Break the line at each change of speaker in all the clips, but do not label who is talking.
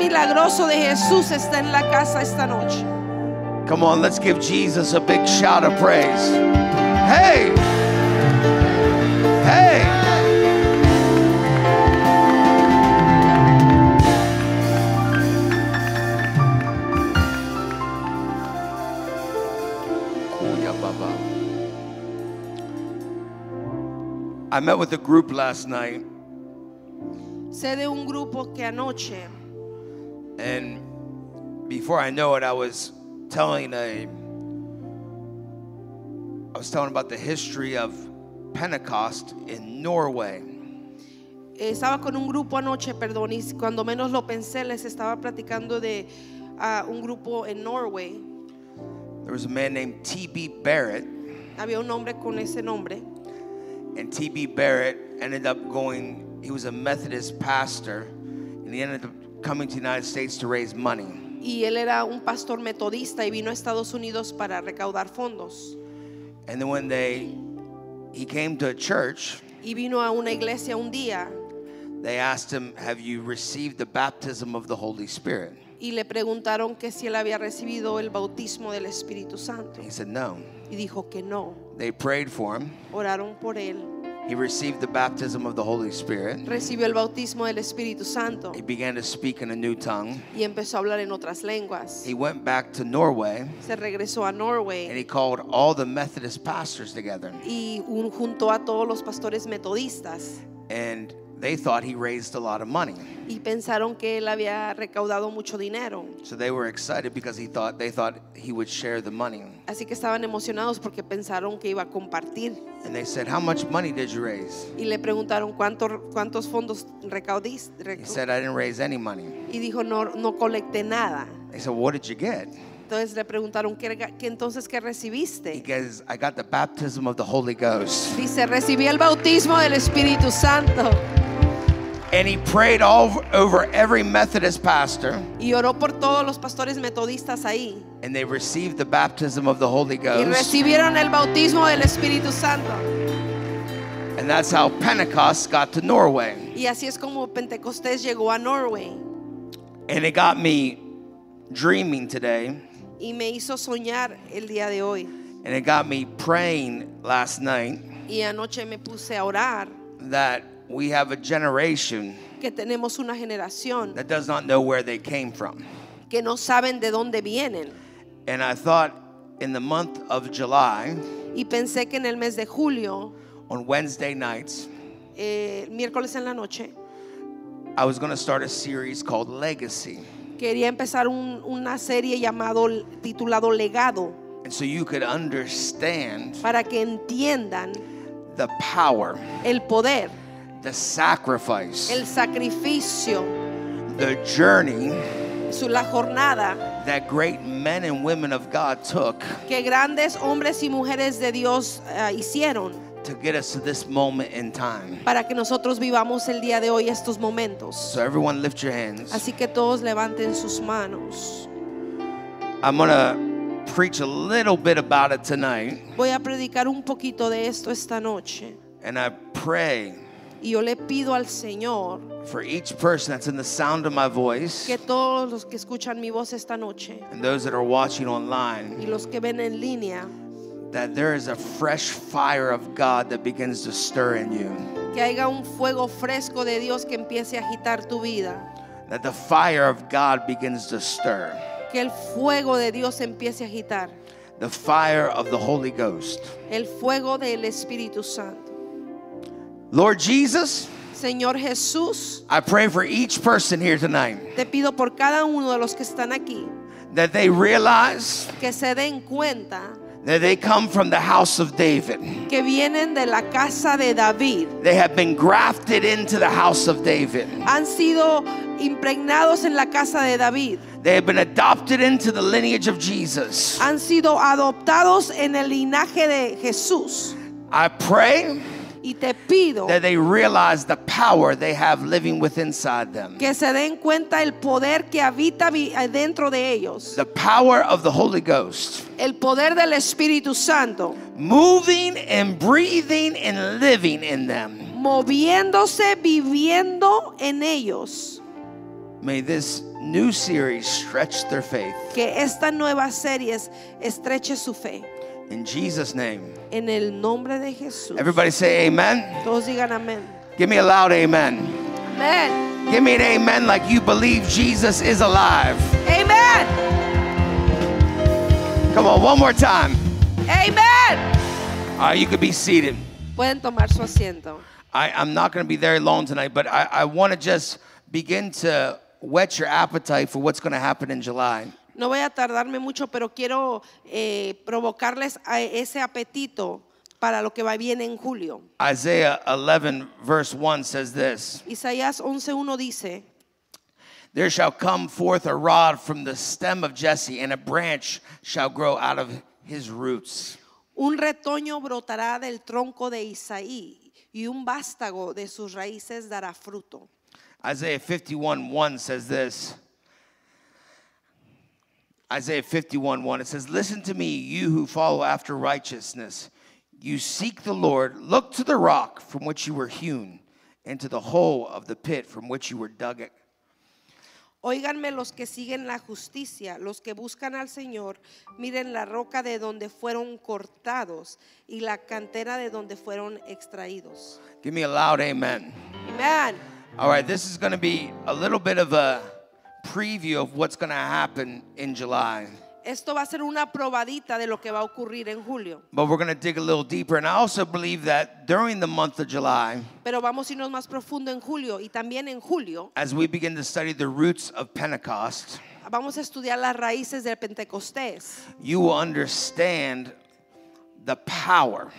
milagroso de Jesús está en la casa esta noche.
Come on, let's give Jesus a big shout of praise. Hey! Hey! Kuya Baba. I met with a group last night,
Sé de un grupo que anoche, eh,
and before I know it, I was telling a I was telling about the history of Pentecost in Norway.
eh, estaba con un grupo anoche, perdón, y cuando menos lo pensé, les estaba platicando de ah, un grupo en Norway.
There was a man named T.B. Barrett,
Había un hombre con ese nombre.
and T.B. Barrett ended up going, he was a Methodist pastor, and he ended up coming to the United States to raise money.
Y él era un pastor metodista y vino a Estados Unidos para recaudar fondos.
And then when they, he came to a church,
Y vino a una iglesia un día
they asked him, Have you received the baptism of the Holy Spirit?
y le preguntaron que si él había recibido el bautismo del Espíritu Santo.
And he said, No.
Y dijo que no.
They prayed for him.
Oraron por él.
He received the baptism of the Holy Spirit.
Recibió el bautismo del Espíritu Santo
He began to speak in a new tongue.
y empezó a hablar en otras lenguas.
He went back to Norway
Se regresó a
and
Norway
he called all the Methodist pastors together.
y un- juntó a todos los pastores metodistas
And they thought he raised a lot of money.
y pensaron que él había recaudado mucho dinero.
So they were excited because he thought they thought he would share the money.
Así que estaban emocionados porque pensaron que iba a compartir.
And they said, "How much money did you raise?"
Y le preguntaron cuánto- cuántos fondos recaudiste.
He said, "I didn't raise any money."
y dijo, no, no colecté nada.
They said, "What did you get?"
Entonces le preguntaron, ¿qué, rega- qué entonces qué
He
recibiste?
goes, "I got the baptism of the Holy Ghost."
Dice, recibí el bautismo del Espíritu Santo.
And he prayed all over every Methodist pastor,
Y oró por todos los pastores metodistas ahí.
and they received the baptism of the Holy
Y
Ghost.
recibieron el bautismo del Espíritu Santo.
And that's how Pentecost got to Norway.
Y así es como Pentecostés llegó a Norway.
And it got me dreaming today,
Y me hizo soñar el día de hoy.
and it got me praying last night
Y anoche me puse a orar
that we have a generation
que tenemos una generación
that does not know where they came from.
que no saben de dónde vienen.
And I thought in the month of July,
Y pensé que en el mes de julio,
on Wednesday nights,
eh, miércoles en la noche,
I was going to start a series called Legacy.
quería empezar un- una serie llamado titulado Legado
And so you could understand
para que entiendan
the power,
el poder,
the sacrifice,
el sacrificio,
the journey
su- la jornada
that great men and women of God took
que grandes hombres y mujeres de Dios ah, hicieron
to get us to this moment in time.
para que nosotros vivamos el día de hoy estos momentos.
So everyone lift your hands.
Así que todos levanten sus manos.
I'm going to preach a little bit about it tonight,
Voy a predicar un poquito de esto esta noche
and I pray
y yo le pido al Señor
for each person that's in the sound of my voice
que todos los que escuchan mi voz esta noche
and those that are watching
y
online
los que ven en línea,
that there is a fresh fire of God that begins to stir in you.
que haya un fuego fresco de Dios que empiece a agitar tu vida,
That the fire of God begins to stir.
que el fuego de Dios empiece a agitar,
The fire of the Holy Ghost.
el fuego del Espíritu Santo.
Lord Jesus,
Señor Jesús,
I pray for each person here tonight
te pido por cada uno de los que están aquí
that they realize
que se den cuenta
that they come from the house of David.
que vienen de la casa de David,
They have been grafted into the house of David.
han sido impregnados en la casa de David,
They have been adopted into the lineage of Jesus.
han sido adoptados en el linaje de Jesús.
I pray
Y te pido
that they realize the power they have living within inside them.
que se den cuenta el poder que habita vi- dentro de ellos,
The power of the Holy Ghost
el poder del Espíritu Santo,
moving and breathing and living in them.
moviéndose, viviendo en ellos.
May this new series stretch their faith.
Que esta nueva serie es- estreche su fe.
In Jesus' name.
En el nombre de Jesús.
Everybody say amen.
Todos digan amén.
Give me a loud amen.
Amén.
Give me an amen like you believe Jesus is alive.
Amén.
Come on, one more time.
Amén.
Uh, you could be seated.
Pueden tomar su asiento.
I, I'm not going to be very long tonight, but I, I want to just begin to whet your appetite for what's going to happen in July.
No voy a tardarme mucho, pero quiero eh, provocarles a ese apetito para lo que va bien en julio.
Isaiah 11, verse 1 says this
Isaías 11.1 dice,
There shall come forth a rod from the stem of Jesse, and a branch shall grow out of his roots.
un retoño brotará del tronco de Isaí y un vástago de sus raíces dará fruto.
Isaiah 51 1 says this. Isaiah 51 1, it says, Listen to me, you who follow after righteousness. You seek the Lord, look to the rock from which you were hewn, and to the hole of the pit from which you were dug.
Óiganme los que siguen la justicia, los que buscan al Señor, miren la roca de donde fueron cortados y la cantera de donde fueron extraídos.
Give me a loud amen.
Amén.
All right, this is going to be a little bit of a preview of what's going to happen in July.
Esto va a ser una probadita de lo que va a ocurrir en julio,
But we're going to dig a little deeper. And I also believe that during the month of July,
pero vamos a irnos más profundo en julio y también en julio
as we begin to study the roots of Pentecost,
vamos a estudiar las raíces del Pentecostés.
you will understand the power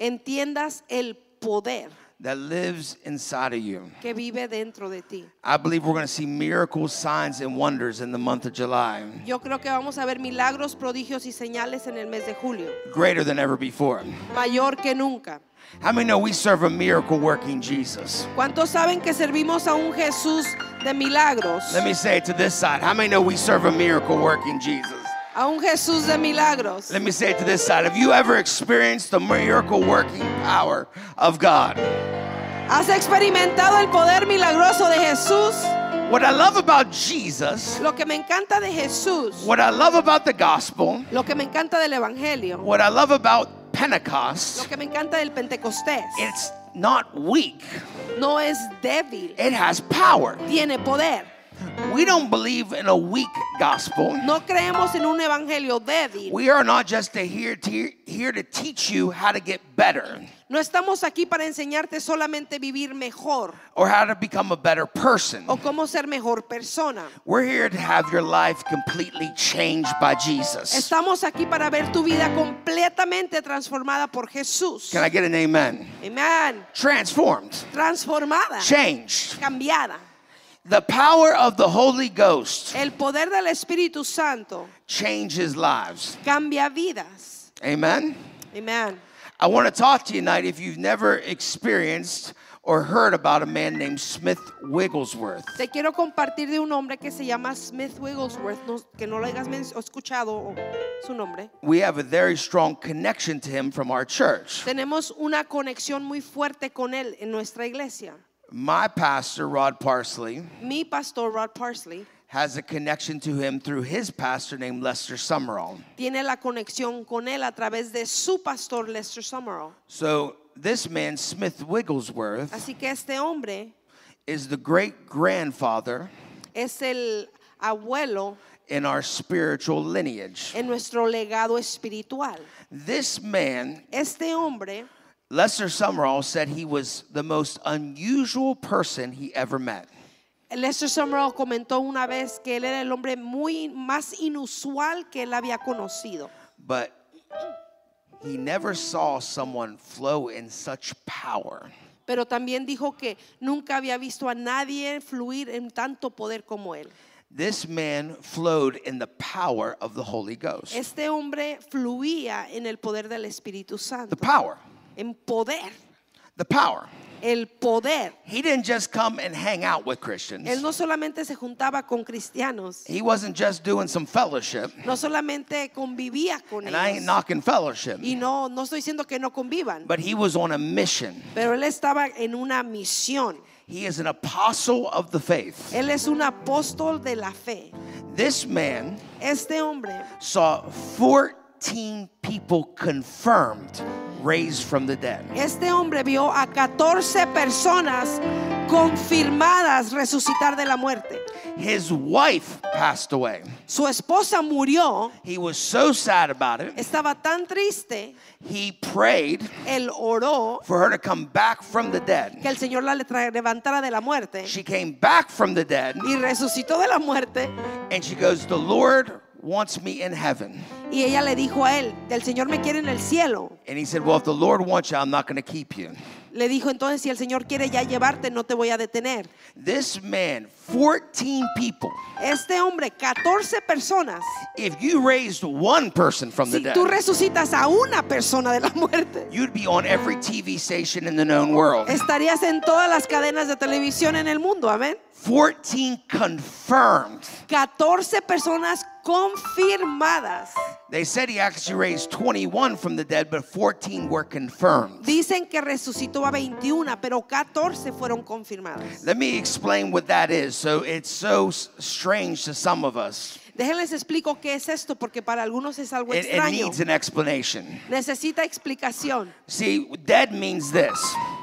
Entiendas el poder
that lives inside of you.
que vive dentro de ti.
I believe we're going to see miracles, signs, and wonders in the month of July,
Yo creo que vamos a ver milagros, prodigios y señales en el mes de julio,
greater than ever before.
mayor que nunca.
How many know we serve a miracle working Jesus?
¿Cuántos saben que servimos a un Jesús de milagros?
Let me say it to this side. How many know we serve a miracle working Jesus?
A un Jesús de milagros.
Let me say it to this side. Have you ever experienced the miracle working power of God?
¿Has experimentado el poder milagroso de Jesús?
What I love about Jesus,
Lo que me encanta de Jesús,
what I love about the gospel,
lo que me encanta del Evangelio,
what I love about
lo
Pentecost,
que me encanta del Pentecostés,
it's not weak,
no es débil,
it has power.
tiene poder.
We don't believe in a weak gospel.
No creemos en un Evangelio débil.
We are not just to here, to here to teach you how to get better
No estamos aquí para enseñarte solamente vivir mejor
or how to become a better person.
o cómo ser mejor persona.
We're here to have your life completely changed by Jesus.
Estamos aquí para ver tu vida completamente transformada por Jesús.
Can I get an amen?
Amén.
Transformed,
Transformada,
changed.
cambiada.
The power of the Holy Ghost
El poder del Espíritu Santo
changes lives.
cambia vidas.
Amen.
Amén.
I want to talk to you tonight if you've never experienced or heard about a man named Smith Wigglesworth.
Te quiero compartir de un hombre que se llama Smith Wigglesworth, no- que no lo hayas men- o escuchado o- su nombre.
We have a very strong connection to him from our church.
Tenemos una conexión muy fuerte con él en nuestra iglesia.
My pastor, Rod Parsley,
Mi pastor Rod Parsley
has a connection to him through his pastor named Lester Summerall.
tiene la conexión con él a través de su pastor Lester Summerall.
So, this man, Smith Wigglesworth,
Así que este hombre
is the great grandfather
es el abuelo
in our spiritual lineage.
en nuestro legado espiritual.
This man,
Este hombre,
Lester Summerall, said he was the most unusual person he ever met.
Lester Summerall comentó una vez que él era el hombre muy más inusual que él había conocido,
But he never saw someone flow in such power.
pero también dijo que nunca había visto a nadie fluir en tanto poder como él.
This man flowed in the power of the Holy Ghost.
Este hombre fluía en el poder del Espíritu
The
Santo,
power.
en poder,
The power.
el poder.
He didn't just come and hang out with
Él
Christians.
no solamente se juntaba con cristianos,
He wasn't just doing some fellowship.
no solamente convivía con
And I ain't
ellos.
knocking fellowship.
Y no, no estoy diciendo que no convivan,
But he was on a mission.
pero él estaba en una misión.
He is an apostle of the faith.
Él es un apóstol de la fe.
This man
Este hombre
saw 14 people confirmed raised from the dead.
Este hombre vio a 14 personas confirmadas resucitar de la muerte.
His wife passed away.
Su esposa murió,
He was so sad about it.
estaba tan triste,
He prayed
él oró
for her to come back from the dead.
que el Señor la le- tra- levantara de la muerte
She came back from the dead
y resucitó de la muerte
and she goes, The Lord wants me in heaven.
y ella le dijo a él, el Señor me quiere en el cielo.
And he said, Well, if the Lord wants you, I'm not going to keep you.
Le dijo entonces, si el Señor quiere ya llevarte, no te voy a detener.
This man, 14 people.
Este hombre, 14 personas,
If you raised one person from the
si tú
dead,
resucitas a una persona de la muerte,
you'd be on every TV station in the known world.
Estarías en todas las cadenas de televisión en el mundo, amén.
14 confirmed.
14 personas confirmadas.
They said he actually raised 21 from the dead, but 14 were confirmed.
Dicen que resucitó a 21, pero 14 fueron confirmadas.
Let me explain what that is. So it's so s- strange to some of us.
Déjenles explico qué es esto, porque para algunos es algo
It, it
extraño.
needs an explanation.
Necesita explicación.
See, dead means this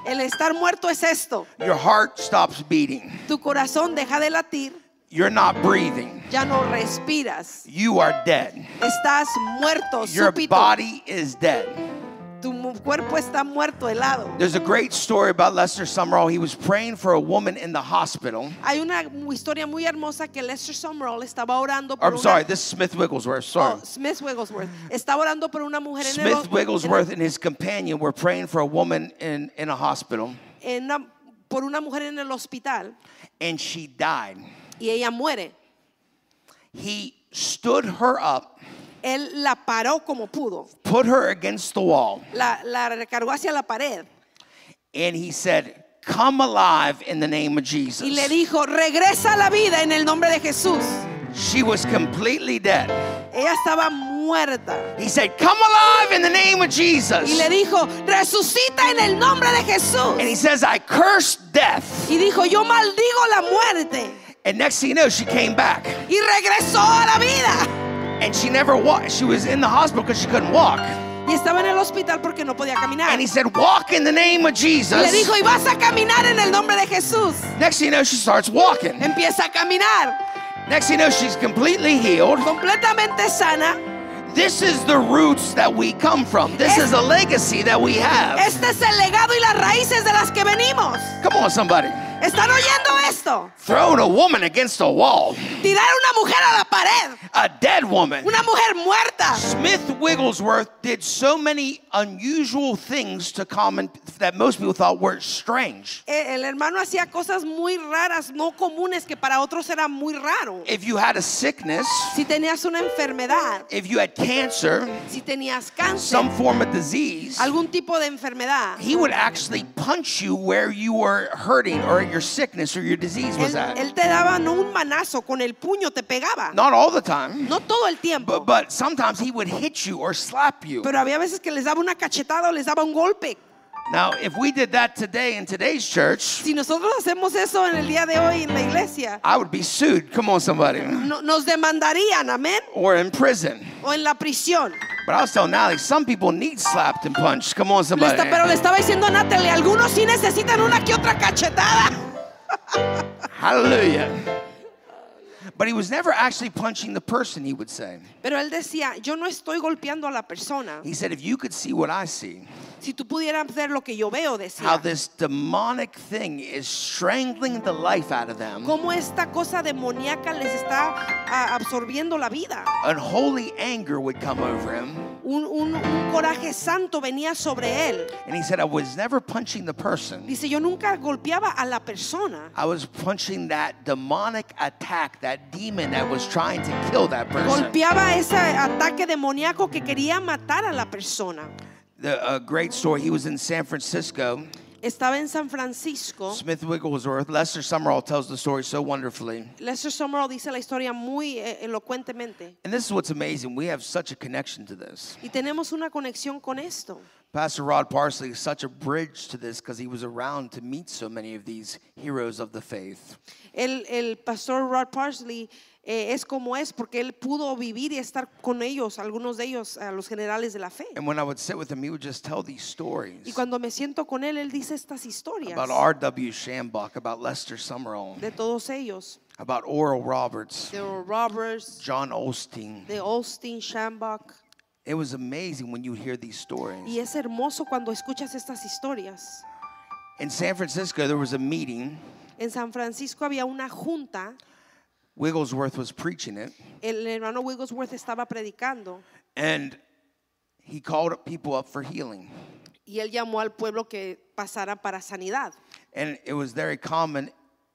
El estar muerto es esto.
your heart stops beating,
Tu corazón deja de latir,
you're not breathing,
ya no respiras.
you are dead.
Estás muerto,
Your
súbito.
body is dead.
Tu mu- cuerpo está muerto, helado.
There's a great story about Lester Summerall. He was praying for a woman in the hospital.
Hay una mu- historia muy hermosa que Lester Summerall estaba orando por
I'm
una-
sorry, this is Smith Wigglesworth. Sorry.
Oh, Smith Wigglesworth estaba orando por una mujer en el-
Smith Wigglesworth and his companion were praying for a woman in, in a hospital,
en una- por una mujer en el hospital
and she died.
y ella muere.
He stood her up,
Él la paró como pudo,
put her against the wall,
la, la recargó hacia la pared
and he said, Come alive in the name of Jesus.
y le dijo, regresa a la vida en el nombre de Jesús.
She was completely dead.
Ella estaba muerta
He said, Come alive in the name of Jesus.
y le dijo, resucita en el nombre de
and he
Jesús.
says, I cursed death.
Y dijo, yo maldigo la muerte
And next thing you know, she came back.
y regresó a la vida.
And she never walked. She was in the hospital because she couldn't walk.
Y estaba en el hospital porque no podía caminar.
And he said, Walk in the name of
Y
Jesus.
le dijo, y vas a caminar en el nombre de Jesús.
Next thing you know, she starts walking.
Empieza a caminar
Next thing you know, she's completely healed.
completamente sana.
This is the roots that we come from. This is a legacy that we have.
Este es el legado y las raíces de las que venimos.
Come on, somebody.
¿Están oyendo esto?
Throwing a woman against a wall,
Tirar a una mujer a la pared.
a dead woman.
Una mujer muerta.
Smith Wigglesworth did so many unusual things to common that most people thought were strange.
Eh, El hermano hacía cosas muy raras, no comunes, que para otros era muy raro.
If you had a sickness,
Si tenías una enfermedad,
if you had cancer,
si tenías cáncer,
some form of disease,
algún tipo de enfermedad,
he would actually punch you where you were hurting or your sickness or your disease was
él,
at.
él te daba no un manazo, con el puño te pegaba.
Not all the time.
No todo el tiempo.
But, but sometimes he would hit you or slap you.
Pero había veces que les daba una cachetada o les daba un golpe.
Now, if we did that today in today's church,
Si nosotros hacemos eso en el día de hoy en la iglesia,
I would be sued. Come on, somebody.
no- nos demandarían, amén,
Or in prison.
o en la prisión.
But I was telling Natalie, some people need slapped and punched. Come on,
Le está- pero
somebody.
le estaba diciendo a Natalie, algunos sí necesitan una que otra cachetada.
Hallelujah. But he was never actually punching the person, he would say.
Pero él decía, yo no estoy golpeando a la persona.
He said, if you could see what I see,
Si tú pudieras ver lo que yo veo, decía,
how this demonic thing is strangling the life out of them,
cómo esta cosa demoníaca les está ah, absorbiendo la vida.
unholy anger would come over him.
Un, un- un coraje santo venía sobre él.
And he said, I was never punching the person.
Dice, yo nunca golpeaba a la persona.
I was punching that demonic attack, that demon that was trying to kill that person.
Golpeaba ese ataque demoníaco que quería matar a la persona.
uh, The a great story. He was in San Francisco,
Estaba en San Francisco.
Smith Wigglesworth, Lester Summerall tells the story so wonderfully.
Lester Summerall dice la historia muy eh, elocuentemente.
And this is what's amazing. We have such a connection to this.
Y tenemos una conexión con esto.
Pastor Rod Parsley is such a bridge to this because he was around to meet so many of these heroes of the faith.
El, el pastor Rod Parsley eh, es como es porque él pudo vivir y estar con ellos, algunos de ellos, a los generales de la fe.
And when I would sit with him, he would just tell these
Y
stories
cuando me siento con él, él dice estas historias
about R.W. Shambach, about Lester Summerall,
de todos ellos,
about Oral Roberts,
de Roberts,
John Olstein.
de Austin, Shambach.
It was amazing when you would hear these stories.
Y es hermoso cuando escuchas estas historias.
In San Francisco, there was a meeting.
En San Francisco había una junta,
Wigglesworth was preaching it,
el hermano Wigglesworth estaba predicando
and he called up people up for healing.
y él llamó al pueblo que pasara para sanidad.
And it was very common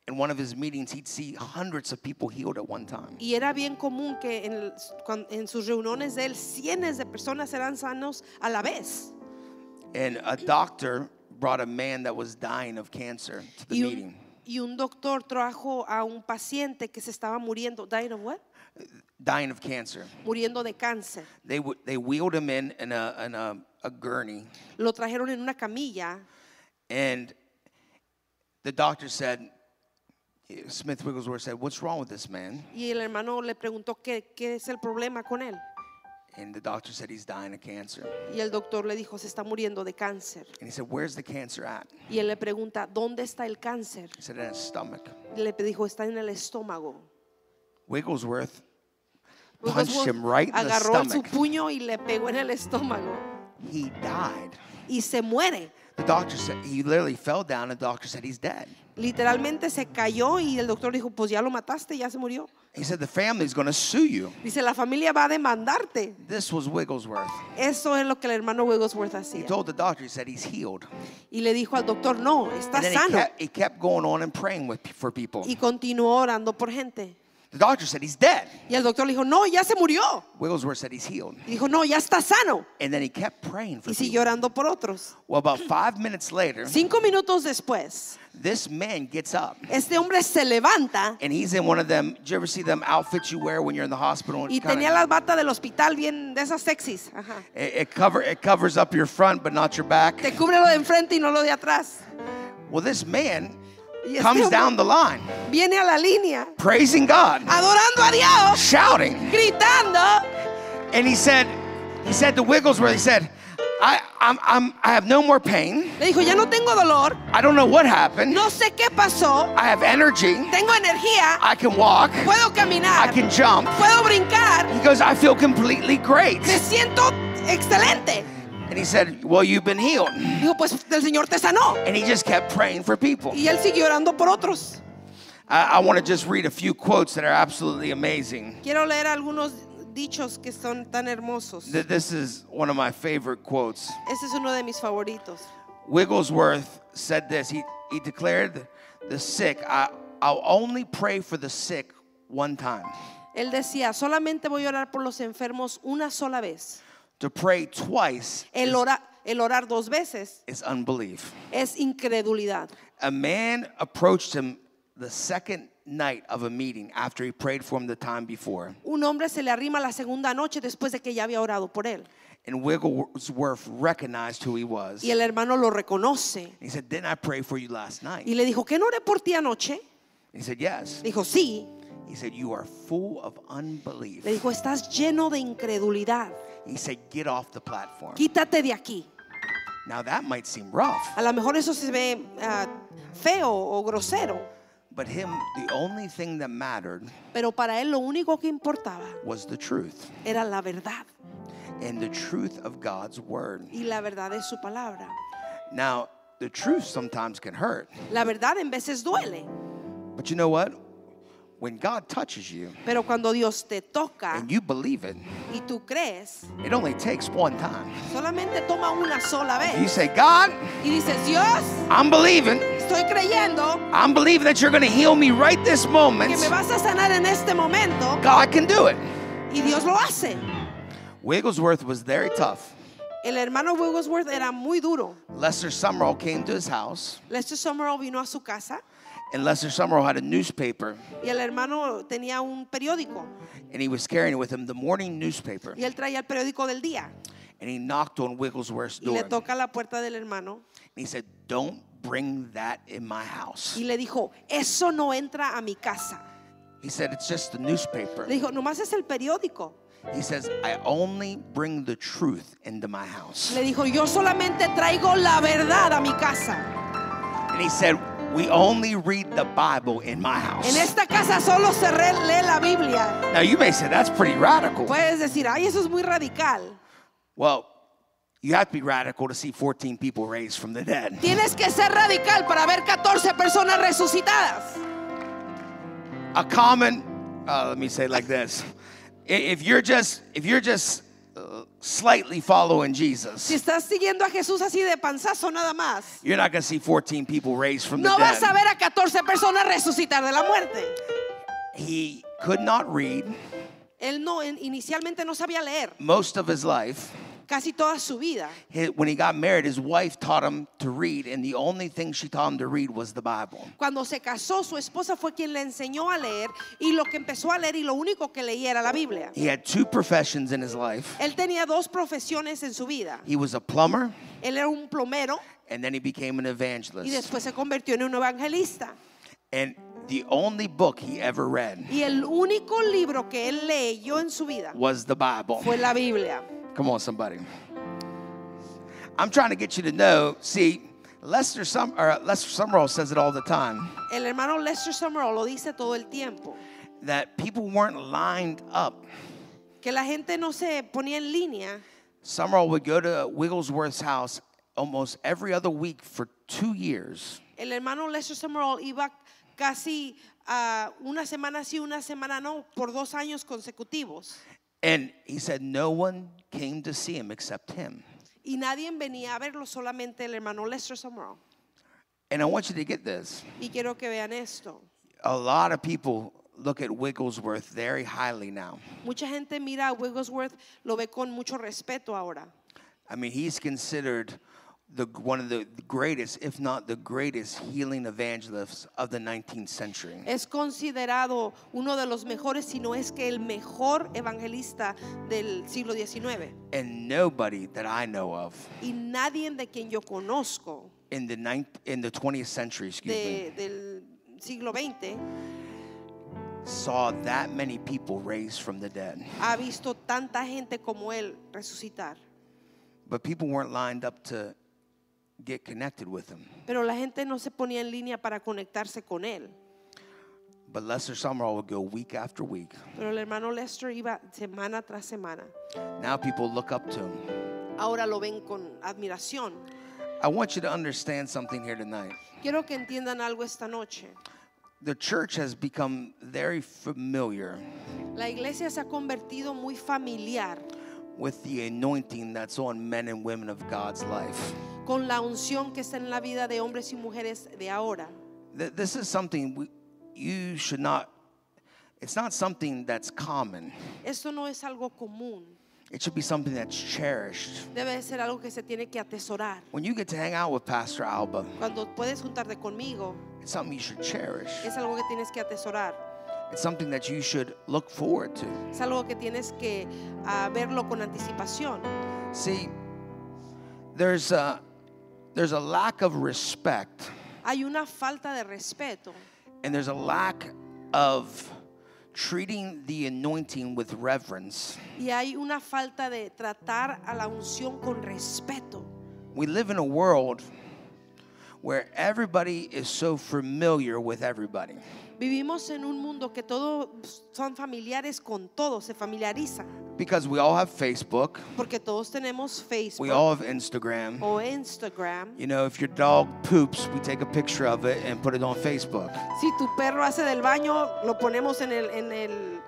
in one of his meetings, he'd see hundreds of people healed at one time.
Y era bien común que en, el- cuan- en sus reuniones de él cientos de personas eran sanos a la vez.
And a doctor brought a man that was dying of cancer to the
Y
meeting.
un, y un doctor trajo a un paciente que se estaba muriendo, dying of what?
Dying of cancer.
Muriendo de cáncer.
They, w- they wheeled him in in, a, in a, a gurney,
Lo trajeron en una camilla
and the doctor said, Smith Wigglesworth said, What's wrong with this man?
y el hermano le preguntó qué, qué es el problema con él.
And the doctor said, He's dying of cancer.
Y el doctor le dijo, se está muriendo de cáncer.
And he said, Where's the cancer at?
Y él le pregunta, ¿dónde está el cáncer?
He said, In his stomach.
Y le dijo, está en el estómago.
Wigglesworth punched
Wigglesworth
him right in the
agarró su
stomach.
puño y le pegó en el estómago
He died.
y se muere.
The doctor said, He literally fell down, and the doctor said, He's dead.
Literalmente se cayó y el doctor dijo, pues ya lo mataste, ya se murió.
He said, The family's going to sue you.
Dice, la familia va a demandarte.
This was Wigglesworth.
Eso es lo que el hermano Wigglesworth
He
hacía.
told the doctor, he said, he's healed.
Y le dijo al doctor, no, está
And then he
sano.
kept, he kept going on and praying with, for people.
Y continuó orando por gente.
The doctor said, he's dead.
Y el doctor le dijo, no, ya se murió.
Wigglesworth said, he's healed.
Y dijo, no, ya está sano.
And then he kept praying for
Y
people.
siguió orando por otros.
Well, about five minutes later,
Cinco minutos después,
this man gets up.
este hombre se levanta
And he's in one of them. Did you ever see them outfits you wear when you're in the hospital? It's
y
kinda-
tenía las batas del hospital bien de esas sexys. Ajá.
it, it cover, it covers up your front, but not your back.
Te cubre lo de enfrente y no lo de atrás.
Well, this man
Y este
comes
hombre
down the line,
viene a la línea,
praising God,
adorando a Dios,
shouting.
gritando.
And he said, he said to Wigglesworth, he said, I, I'm, I'm, I have no more pain.
Le dijo, ya no tengo dolor,
I don't know what happened.
no sé qué pasó,
I have energy.
tengo energía,
I can walk.
puedo
I
caminar,
can jump.
puedo brincar,
He goes, I feel completely great.
me siento excelente.
And he said, Well, you've been healed.
Dijo, pues el Señor te sanó.
And he just kept praying for people.
Y él siguió orando por otros.
I, I want to just read a few quotes that are absolutely amazing.
Quiero leer algunos dichos que son tan hermosos.
Th- This is one of my favorite quotes.
Ese es uno de mis favoritos.
Wigglesworth said this. He, he declared the sick, I, I'll only pray for the sick one time.
Él decía, solamente voy a orar por los enfermos una sola vez.
To pray twice
El, ora- el orar dos veces
is unbelief.
es incredulidad.
A man approached him the second night of a meeting after he prayed for him the time before.
Un hombre se le arrima la segunda noche después de que ya había orado por él.
And Wigglesworth recognized who he was.
Y el hermano lo reconoce.
He said, Didn't I pray for you last night?
Y le dijo, ¿qué no oré por ti anoche?
He said, Yes.
Dijo, sí.
He said, You are full of unbelief.
Le dijo, estás lleno de incredulidad.
He said, Get off the platform.
Quítate de aquí.
Now that might seem rough,
A lo mejor eso se ve ah, feo o grosero,
but him, the only thing that mattered
pero para él lo único que importaba
was the truth
era la verdad
and the truth of God's word.
y la verdad es su palabra.
Now, the truth sometimes can hurt,
La verdad en veces duele,
but you know what? When God touches you
pero cuando Dios te toca
and you believe it,
y tú crees,
it only takes one time.
solamente toma una sola
You
vez
say, God,
y dices, Dios,
I'm believing.
estoy creyendo
I'm believing that you're going to heal me right this moment.
que me vas a sanar en este momento
God can do it.
y Dios lo hace.
Wigglesworth was very tough.
El hermano Wigglesworth era muy duro.
Lester Summerall came to his house,
Lester Summerall vino a su casa
and Lester Summerall had a newspaper,
y el hermano tenía un periódico
and he was carrying with him the morning newspaper,
y él traía el periódico del día
and he knocked on Wigglesworth's
y le
door. And
toca la puerta del hermano
he said, Don't bring that in my house.
y le dijo, eso no entra a mi casa.
He said, It's just the newspaper.
Le dijo, nomás es el periódico.
He says, I only bring the truth into my house.
Le dijo, yo solamente traigo la verdad a mi casa.
And he said, We only read the Bible in my
En
house.
esta casa solo se re- lee la Biblia.
Now you may say that's pretty radical.
Puedes decir, ay, eso es muy radical.
Well, you have to be radical to see 14 people raised from the dead.
Tienes que ser radical para ver 14 personas resucitadas.
A common, uh, let me say it like this: I- if you're just if you're just uh, slightly following
Si
Jesus,
estás siguiendo a Jesús así de panzazo nada más,
you're not going to see 14 people raised from the
no vas a
dead.
ver a 14 personas resucitar de la muerte.
He could not read
Él no en- inicialmente no sabía leer
most of his life.
casi toda su vida.
He- When he got married, his wife taught him to read, and the only thing she taught him to read was the Bible.
Cuando se casó, su esposa fue quien le enseñó a leer y lo que empezó a leer y lo único que leía era la Biblia.
He had two professions in his life.
Él tenía dos profesiones en su vida.
He was a plumber,
Él era un plomero
and then he became an
y
evangelist.
después se convirtió en un evangelista.
And the only book he ever read
Y el único libro que él leyó en su vida
was the Bible.
fue la Biblia.
Come on, somebody. I'm trying to get you to know. See, Lester, Sum- or uh, Lester Summerall says it all the time
El hermano Lester Summerall lo dice todo el tiempo,
that people weren't lined up.
que la gente no se ponía en línea.
Summerall would go to Wigglesworth's house almost every other week for two years.
El hermano Lester Summerall iba casi a una semana sí, una semana no, por dos años consecutivos.
And he said no one came to see him except him.
Y nadie venía a verlo, solamente el hermano Lester Summerall.
And I want you to get this.
Y quiero que vean esto.
A lot of people look at Wigglesworth very highly now.
Mucha gente mira a Wigglesworth, lo ve con mucho respeto ahora.
I mean, he's considered the one of the greatest, if not the greatest, healing evangelists of the 19th century.
Es considerado uno de los mejores, si no es que el mejor evangelista del siglo XIX.
And nobody that I know of
Y nadie de quien yo conozco
in the ninth, in the 20th century, excuse me,
de- del siglo XX
saw that many people raised from the dead.
ha visto tanta gente como él resucitar.
But people weren't lined up to get connected with him.
Pero la gente no se ponía en línea para conectarse con él.
But Lester Summerall would go week after week.
Pero el hermano Lester iba semana tras semana.
Now people look up to him.
Ahora lo ven con admiración.
I want you to understand something here tonight.
Quiero que entiendan algo esta noche.
The church has become very familiar
La iglesia se ha convertido muy familiar
with the anointing that's on men and women of God's life.
con la unción que está en la vida de hombres y mujeres de ahora.
Th- This is something we, you should not, it's not something that's common.
Esto no es algo común.
It should be something that's cherished.
Debe ser algo que se tiene que atesorar.
When you get to hang out with Pastor Alba,
Cuando puedes juntarte conmigo,
it's something you should cherish.
es algo que tienes que atesorar.
It's something that you should look forward to.
Es algo que tienes que ah, verlo con anticipación.
See, there's a, there's a lack of respect
Hay una falta de respeto
and there's a lack of treating the anointing with reverence.
y hay una falta de tratar a la unción con respeto.
We live in a world where everybody is so familiar with everybody.
Vivimos en un mundo que todos son familiares con todos, se familiarizan,
Because we all have Facebook,
porque todos tenemos
we
Facebook
all have Instagram.
o Instagram.
You know, if your dog poops, we take a picture of it and put it on Facebook.
Si tu perro hace del baño, lo ponemos en el, en el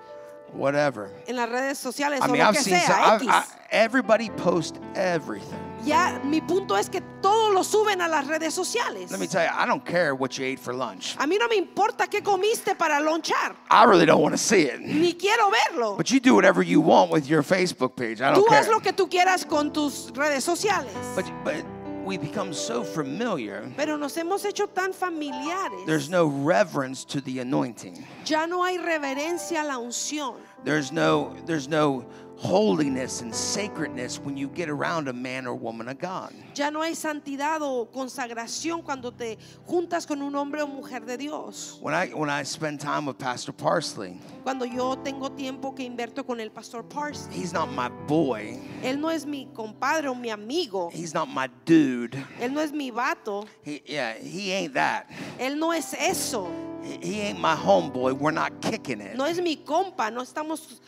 Whatever.
en las redes sociales
I
o
mean,
lo
I've
que
seen
sea,
some, I've,
X.
I, everybody post everything.
y Ya mi punto es que todo lo suben a las redes sociales.
Let me tell you, I don't care what you ate for lunch.
A mí no me importa qué comiste para lonchar,
I really don't want to see it.
ni quiero verlo.
But you do whatever you want with your Facebook page. I don't
Tú
care.
haz lo que tú quieras con tus redes sociales.
But, but we become so familiar,
Pero nos hemos hecho tan familiares.
there's no reverence to the anointing.
ya no hay reverencia a la unción.
There's no, there's no holiness and sacredness when you get around a man or woman of God.
Ya no hay santidad o consagración cuando te juntas con un hombre o mujer de Dios.
When I, when I spend time with Pastor Parsley,
Cuando yo tengo tiempo que invierto con el pastor Parsley.
he's not my boy,
Él no es mi compadre o mi amigo.
he's not my dude.
Él no es mi vato.
He, yeah, he ain't that.
Él no es eso.
He, he ain't my homeboy. We're not kicking it.
No es mi compa. No estamos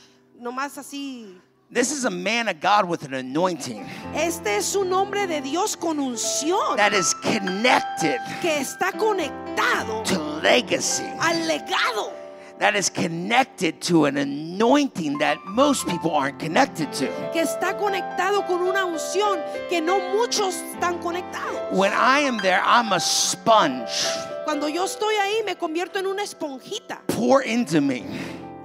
nomás así.
This is a man of God with an anointing
Este es un hombre de Dios con unción
that is connected
que está conectado
to legacy,
al legado.
that is connected to an anointing that most people aren't connected to.
que está conectado con una unción que no muchos están conectados.
When I am there, I'm a sponge.
Cuando yo estoy ahí me convierto en una esponjita.
Pour into me,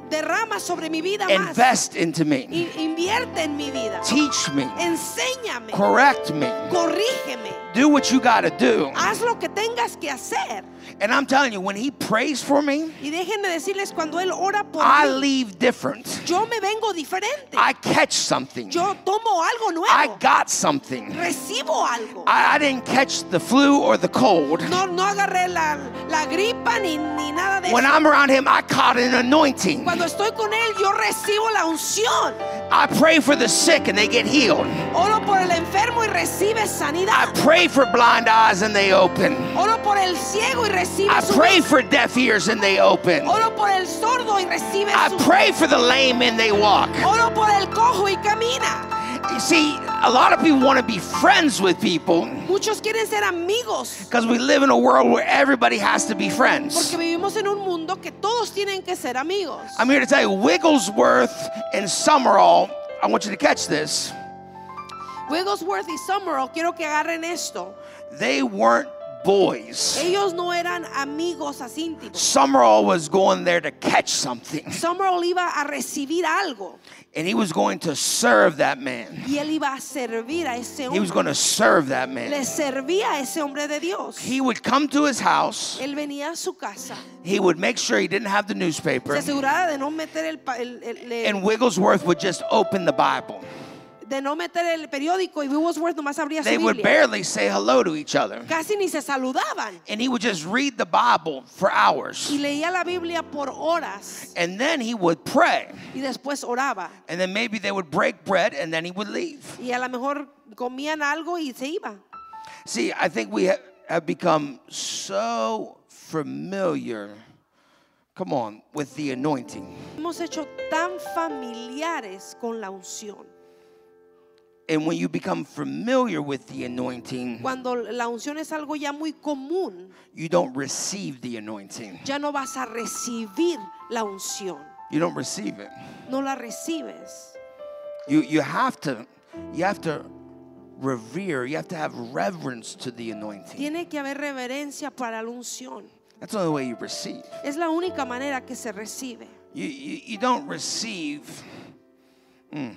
Derrama sobre mi vida más.
invest into me,
In- invierte en mi vida.
teach me,
Enséñame.
correct me,
Corrígeme.
do what you got to do.
Haz lo que tengas que hacer.
And I'm telling you, when he prays for me,
Y déjenme decirles cuando él ora por
I
mí,
leave different.
yo me vengo diferente.
I catch something.
Yo tomo algo
I
nuevo.
got something.
Recibo algo.
I, I didn't catch the flu or the cold.
No, no agarré la, la gripa ni, ni nada de
When
eso.
I'm around him, I caught an anointing.
Cuando estoy con él, yo recibo la unción.
I pray for the sick and they get healed.
Oro por el enfermo y recibe
I
sanidad.
pray for blind eyes and they open.
Oro por el ciego y recibe
I
su
pray
vista.
for deaf ears and they open.
Oro por el sordo y recibe
I
su
pray for the lame and they walk.
Oro por el cojo y camina.
You see, a lot of people want to be friends with people
Muchos quieren ser amigos
because we live in a world where everybody has to be friends.
porque vivimos en un mundo que todos tienen que ser amigos.
I'm here to tell you, Wigglesworth and Summerall, I want you to catch this,
Wigglesworth y Summerall, quiero que agarren esto.
they weren't boys.
Ellos no eran amigos así íntimos.
Summerall was going there to catch something,
Summerall iba a recibir algo
and he was going to serve that man.
y él iba a servir a ese
He was
hombre.
going to serve that man.
Le servía a ese hombre de Dios.
He would come to his house,
Él venía a su casa.
he would make sure he didn't have the newspaper,
se aseguraba de no meter el, pa- el- el- el-
and Wigglesworth would just open the Bible.
de no meter el periódico y Wigglesworth nomás abría su
They would
Biblia.
barely say hello to each other.
Casi ni se saludaban
And he would just read the Bible for
y
hours.
leía la Biblia por horas
And then he would pray.
y después oraba
And then maybe they would break bread and then he would leave.
y a lo mejor comían algo y se iba.
See, I think we ha- have become so familiar, come on, with the anointing.
Hemos hecho tan familiares con la unción.
And when you become familiar with the anointing,
Cuando la unción es algo ya muy común,
you don't receive the anointing,
ya no vas a recibir la unción,
you don't receive it.
no la recibes.
You, you have to, you have to revere, you have to have reverence to the anointing.
Tiene que haber reverencia para la unción.
That's the only way you receive.
Es la única manera que se recibe.
You, you, you don't receive. Mm.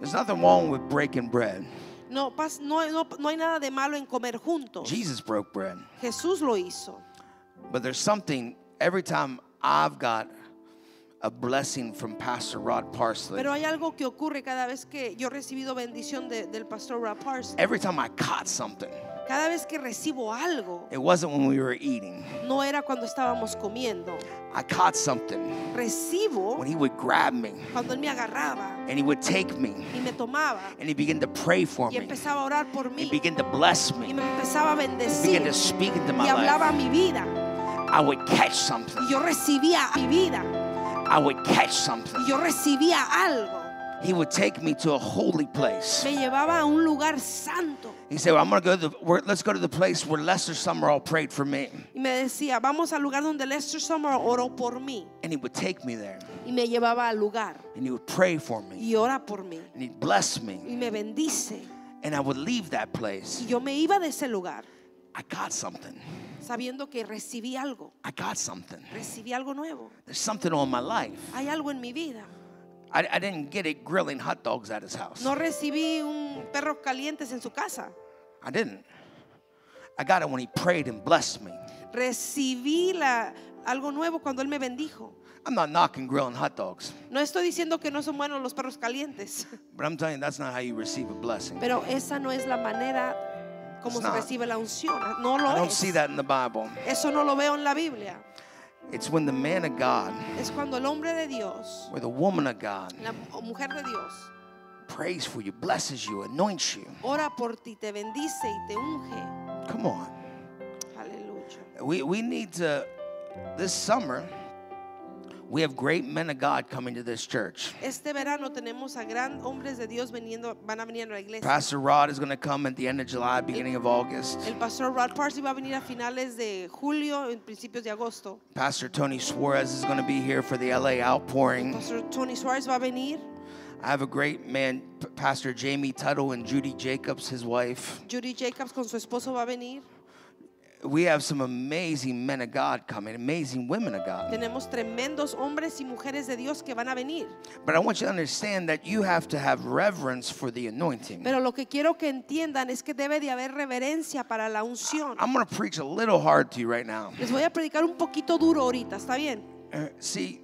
There's nothing wrong with breaking bread.
No, pas- no, no, no hay nada de malo en comer juntos.
Jesus broke bread.
Jesús lo hizo.
But there's something every time I've got a blessing from Pastor Rod Parsley,
Pero hay algo que ocurre cada vez que yo he recibido bendición de- del pastor Rob Parsley.
every time I caught something,
Cada vez que recibo algo,
it wasn't when we were eating.
no era cuando estábamos comiendo.
I caught something
Recibo
when he would grab me
cuando él me agarraba
and he would take me
y me tomaba
and he began to pray for
y
me.
empezaba a orar por
He
mí
began to bless
y
me.
me empezaba a
He began
bendecir
to speak
y
into my
hablaba a
life.
mi vida.
I would catch
Y
something.
yo recibía mi vida
I would catch something.
y yo recibía algo.
He would take me to a holy place.
me llevaba a un lugar santo
He said, well, I'm going to go to the, where, let's go to the place where Lester Summerall prayed for me.
y me decía, vamos al lugar donde Lester Summer oró por mí
And he would take me there
y me llevaba al lugar
and he would pray for me
y ora por mí
and he'd bless me
y me bendice
and and I would leave that
Y
place.
yo me iba de ese lugar
I got something.
sabiendo que recibí algo,
I got something.
recibí algo nuevo.
There's something on my life.
Hay algo en mi vida.
I, I didn't get it grilling hot dogs at his house.
No recibí un perro calientes en su casa.
I didn't. I got it when he prayed and blessed me.
Recibí la- algo nuevo cuando Él me bendijo.
I'm not knocking grilling hot dogs,
No estoy diciendo que no son buenos los perros calientes,
but I'm telling you, that's not how you receive a blessing.
pero esa no es la manera como
It's
se
not.
recibe la unción. No
I
lo
don't see
es.
that in the Bible.
Eso no lo veo en la Biblia.
It's when the man of God
Es cuando el hombre de Dios,
or the woman of God
la mu- mujer de Dios,
prays for you, blesses you, anoints you.
ora por ti, te bendice y te unge.
Come on.
Aleluya.
We, we need to, this summer, we have great men of God coming to this church.
Este verano tenemos a gran hombres de Dios viniendo, van a venir a la iglesia.
Pastor Rod is going to come at the end of July, beginning of August.
El pastor Rod Parsley va a venir a finales de julio, en principios de agosto.
Pastor Tony Suarez is going to be here for the LA
El
outpouring.
pastor Tony Suárez va a venir.
I have a great man, P- Pastor Jamie Tuttle and Judy Jacobs, his wife.
Judy Jacobs con su esposo va a venir.
We have some amazing men of God coming, amazing women of God.
Tenemos tremendos hombres y mujeres de Dios que van a venir.
But I want you to understand that you have to have reverence for the anointing.
Pero lo que quiero que entiendan es que debe de haber reverencia para la unción.
I'm going to preach a little hard to you right now.
Les voy a predicar un poquito duro ahorita, ¿está bien?
Uh, See,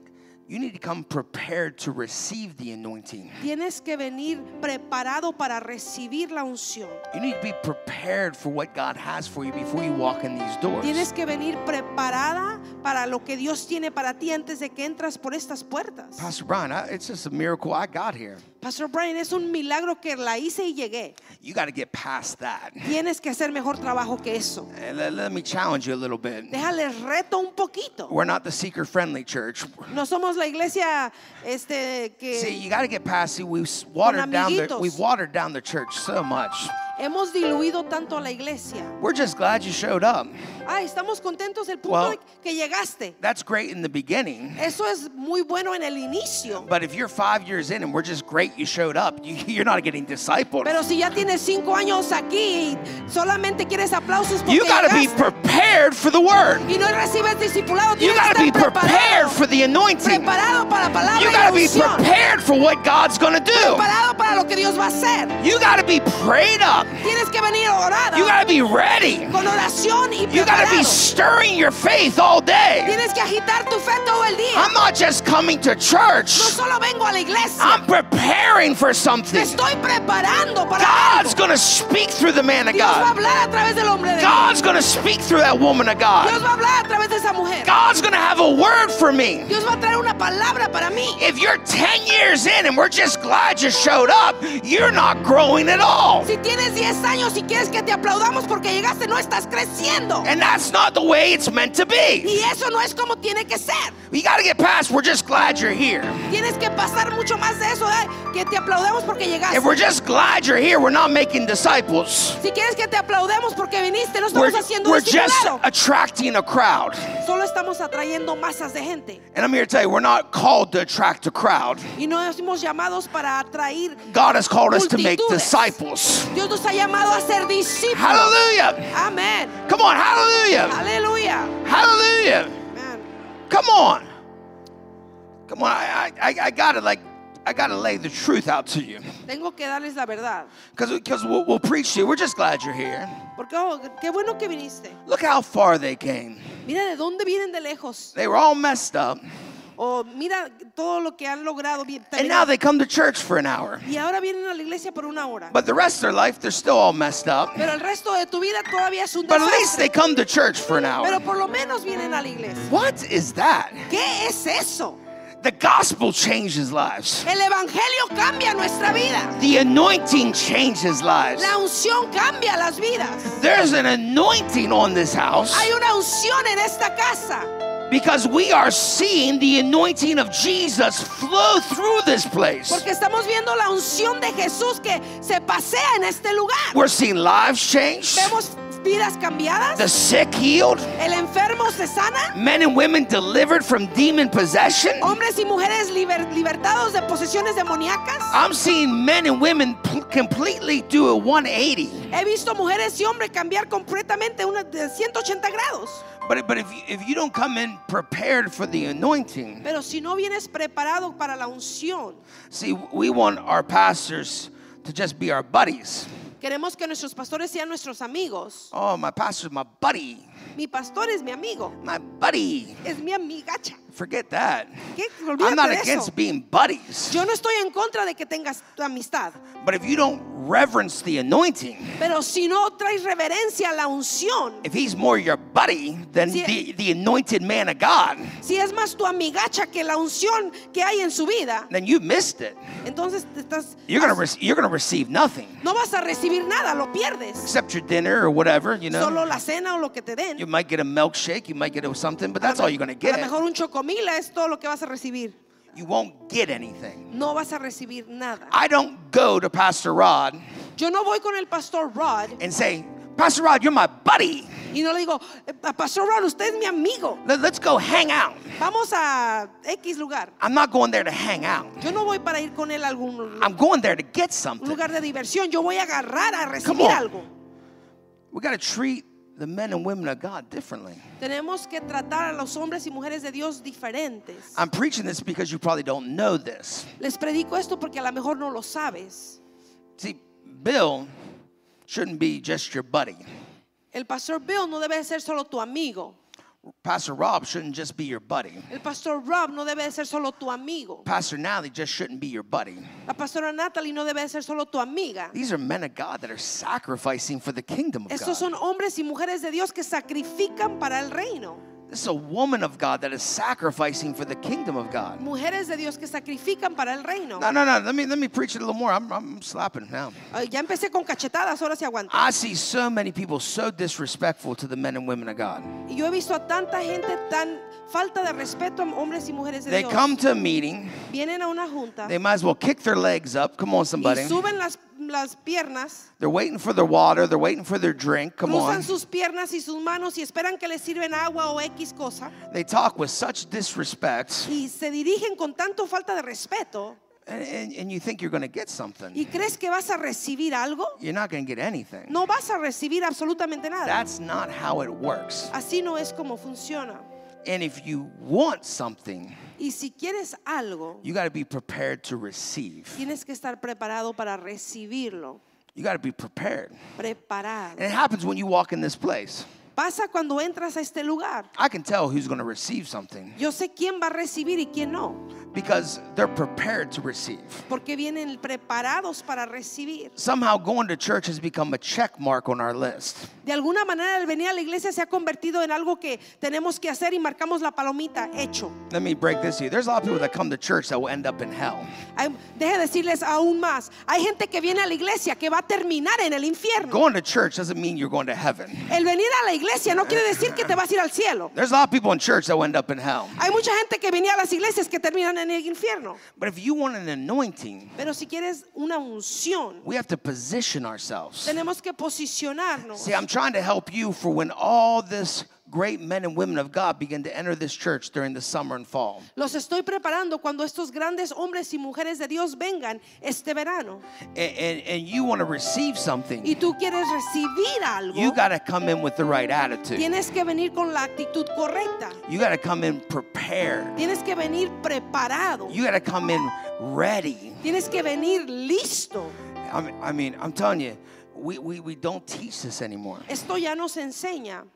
you need to come prepared to receive the anointing.
Tienes que venir preparado para recibir la unción.
You need to be prepared for what God has for you before you walk in these
Tienes
doors.
que venir preparada para lo que Dios tiene para ti antes de que entras por estas puertas.
Pastor Brian, I, it's just a miracle I got here.
Pastor Brian, es un milagro que la hice y llegué.
You got to get past that.
Tienes que hacer mejor trabajo que eso.
And let, let me challenge you a little bit.
Déjales reto un poquito.
We're not the seeker friendly church.
No somos la iglesia este, que
See, you got to get past. See, we've s- watered down the
amiguitos.
we've watered down the church so much.
hemos diluido tanto a la iglesia.
We're just glad you showed up.
Ay, estamos contentos del punto
Well-
de que llegaste.
That's great in the beginning,
Eso es muy bueno en el inicio.
but if you're five years in and we're just great you showed up, you, you're not getting discipled.
Pero si ya tienes cinco años aquí y solamente quieres aplausos porque
You got to be
llegaste
prepared for the word.
y no recibes discipulado,
You
tienes
got to
que
be
estar
prepared
preparado,
for the anointing.
preparado para la palabra
You
y la
got to be
unción,
prepared for what God's going to do.
preparado para lo que Dios va a hacer.
You got to be prayed up.
Tienes que venir orada
You got to be ready.
con oración y
You got to
preparado.
be stirring your faith all day.
Tienes que agitar tu fe todo el día.
I'm not just coming to church.
No solo vengo a la iglesia,
I'm preparing for
me
something.
estoy preparando para
God's
algo.
going to speak through the man of
Dios va a
God.
hablar a través del hombre de Dios.
God's going to speak through that woman of
Dios
God.
va a hablar a través de esa mujer.
God's going to have a word for me.
Dios va a traer una palabra para mí.
If you're 10 years in and we're just glad you showed up, you're not growing at all.
Si tienes 10 años y quieres que te aplaudamos porque llegaste, no estás creciendo.
And that's not the way it's meant to be.
Y eso no es como tiene que ser.
You got to get past, we're just glad you're here.
Tienes que pasar mucho más de eso, de que te aplaudamos porque llegaste.
If we're just glad you're here, we're not making disciples.
Si quieres que te aplaudemos porque viniste, no
We're,
estamos haciendo este
we're just
discipulado.
attracting a crowd.
Solo estamos atrayendo masas de gente.
And I'm here to tell you, we're not called to attract a crowd.
Y no hemos llamados para atraer.
God has called us to make
Multitudes.
disciples.
Dios nos ha llamado a ser discípulos.
Hallelujah.
Amén.
Come on, hallelujah.
Aleluya.
Hallelujah.
Amén.
Come on. Come on, I, I, I got to like, I got to lay the truth out to you.
Tengo que darles la verdad.
Because we'll, we'll preach to you. We're just glad you're here.
Porque oh, qué bueno que viniste.
Look how far they came.
Mira de dónde vienen de lejos.
They were all messed up.
O mira todo lo que han logrado. Bien-
And
también-
now they come to church for an hour.
y ahora vienen a la iglesia por una hora.
But the rest of their life, they're still all messed up.
Pero el resto de tu vida todavía es un
But at least
desastre.
they come to church for an
Pero
hour.
por lo menos vienen a la iglesia.
What is that?
¿Qué es eso?
The gospel changes lives.
El evangelio cambia nuestra vida.
The anointing changes lives.
La unción cambia las vidas.
There's an anointing on this house
Hay una unción en esta casa
because we are seeing the anointing of Jesus flow through this place.
porque estamos viendo la unción de Jesús que se pasea en este lugar.
We're seeing lives change.
Vemos las vidas cambiadas,
the sick healed,
el enfermo se sana,
men and women delivered from demon possession.
hombres y mujeres liber- libertados de posesiones demoníacas.
I'm seeing men and women pl- completely do a 180.
He visto mujeres y hombres cambiar completamente una de 180 grados.
But, but if, you, if you don't come in prepared for the anointing,
Pero si no vienes preparado para la unción,
see, we want our pastors to just be our buddies.
queremos que nuestros pastores sean nuestros amigos.
Oh, my pastor's my buddy.
Mi pastor es mi amigo,
My buddy.
es mi amigacha.
Forget that.
¿Qué?
I'm not
Olvídate de eso.
against being buddies.
Yo no estoy en contra de que tengas tu amistad,
But if you don't reverence the anointing,
pero si no traes reverencia a la unción,
if he's more your buddy than
Sí.
the, the anointed man of God,
si es más tu amigacha que la unción que hay en su vida,
then you missed it.
entonces te estás
You're gonna rec- you're gonna receive nothing
no vas a recibir nada, lo pierdes.
except your dinner or whatever. You know,
Solo la cena o lo que te den.
you might get a milkshake, you might get a something, but that's all you're gonna
A lo
get.
mejor un chocomila es todo lo que vas a recibir.
You won't get anything.
No vas a recibir nada.
I don't go to Pastor Rod
Yo no voy con el pastor Rod
and say, Pastor Rod, you're my buddy.
y no le digo, "Eh, pastor Rod, usted es mi amigo.
Let- let's go hang out.
Vamos a X lugar.
I'm not going there to hang out.
Yo no voy para ir con él a algún lu-
I'm going there to get
un
something.
lugar de diversión. Yo voy a agarrar a recibir
on.
algo.
We got to treat the men and women of God differently.
Tenemos que tratar a los hombres y mujeres de Dios diferentes.
I'm preaching this because you probably don't know this.
Les predico esto porque a lo mejor no lo sabes.
See, Bill shouldn't be just your buddy.
El pastor Bill no debe de ser solo tu amigo.
Pastor Rob shouldn't just be your buddy.
El pastor Rob no debe de ser solo tu amigo.
Pastor Nally just shouldn't be your buddy.
La pastora Natalie no debe de ser solo tu amiga.
These are men of God that are sacrificing for the kingdom of
Estos
God.
son hombres y mujeres de Dios que sacrifican para el reino.
This is a woman of God that is sacrificing for the kingdom of God.
Mujeres de Dios que sacrifican para el reino.
No, no, no. Let me let me preach it a little more. I'm, I'm slapping now.
Ay, Ya empecé con cachetadas, ahora sí aguanto.
I see so many people so disrespectful to the men and women of God.
Y yo he visto a tanta gente tan falta de respeto a hombres y mujeres de
They
Dios.
come to a meeting.
Vienen a una junta
They might as well kick their legs up. Come on, somebody.
y suben las, las piernas,
They're waiting for their water. They're waiting for their drink. Come on.
cruzan sus piernas y sus manos y esperan que les sirven agua o X cosa.
They talk with such disrespect,
Y se dirigen con tanto falta de respeto
and, and, and you think you're going to get something.
y crees que vas a recibir algo.
You're not going to get anything.
No vas a recibir absolutamente nada.
That's not how it works.
Así no es como funciona.
And if you want something,
Y si quieres algo,
you got to be prepared to receive.
tienes que estar preparado para recibirlo.
You got to be prepared. And
Preparado.
it happens when you walk in this place.
Pasa cuando entras a este lugar.
I can tell who's going to receive something
Yo sé quién va a recibir y quién no,
because they're prepared to receive.
porque vienen preparados para recibir.
Somehow going to church has become a check mark on our list.
De alguna manera el venir a la iglesia se ha convertido en algo que tenemos que hacer y marcamos la palomita, hecho.
Let me break this to you. There's a lot of people that come to church that will end up in hell.
Hay- Deje decirles aún más, hay gente que viene a la iglesia que va a terminar en el infierno.
Going to church doesn't mean you're going to heaven.
El venir a la iglesia no quiere decir que te vas a ir al cielo.
There's a lot of people in church that will end up in hell.
Hay mucha gente que venía a las iglesias que terminan en el infierno.
But if you want an anointing,
Pero si quieres una unción,
we have to position ourselves.
tenemos que posicionarnos.
See, I'm trying to help you for when all this great men and women of God begin to enter this church during the summer and fall.
Los estoy preparando cuando estos grandes hombres y mujeres de Dios vengan este verano.
And, and, and you want to receive
Y
something,
tú quieres recibir
you
algo,
got to come in with the right attitude.
tienes que venir con la actitud correcta.
You got to come in prepared.
Tienes que venir preparado.
You got to come in ready.
Tienes que venir listo.
I mean, I mean I'm telling you, we, we, we don't teach this anymore.
Esto ya nos enseña.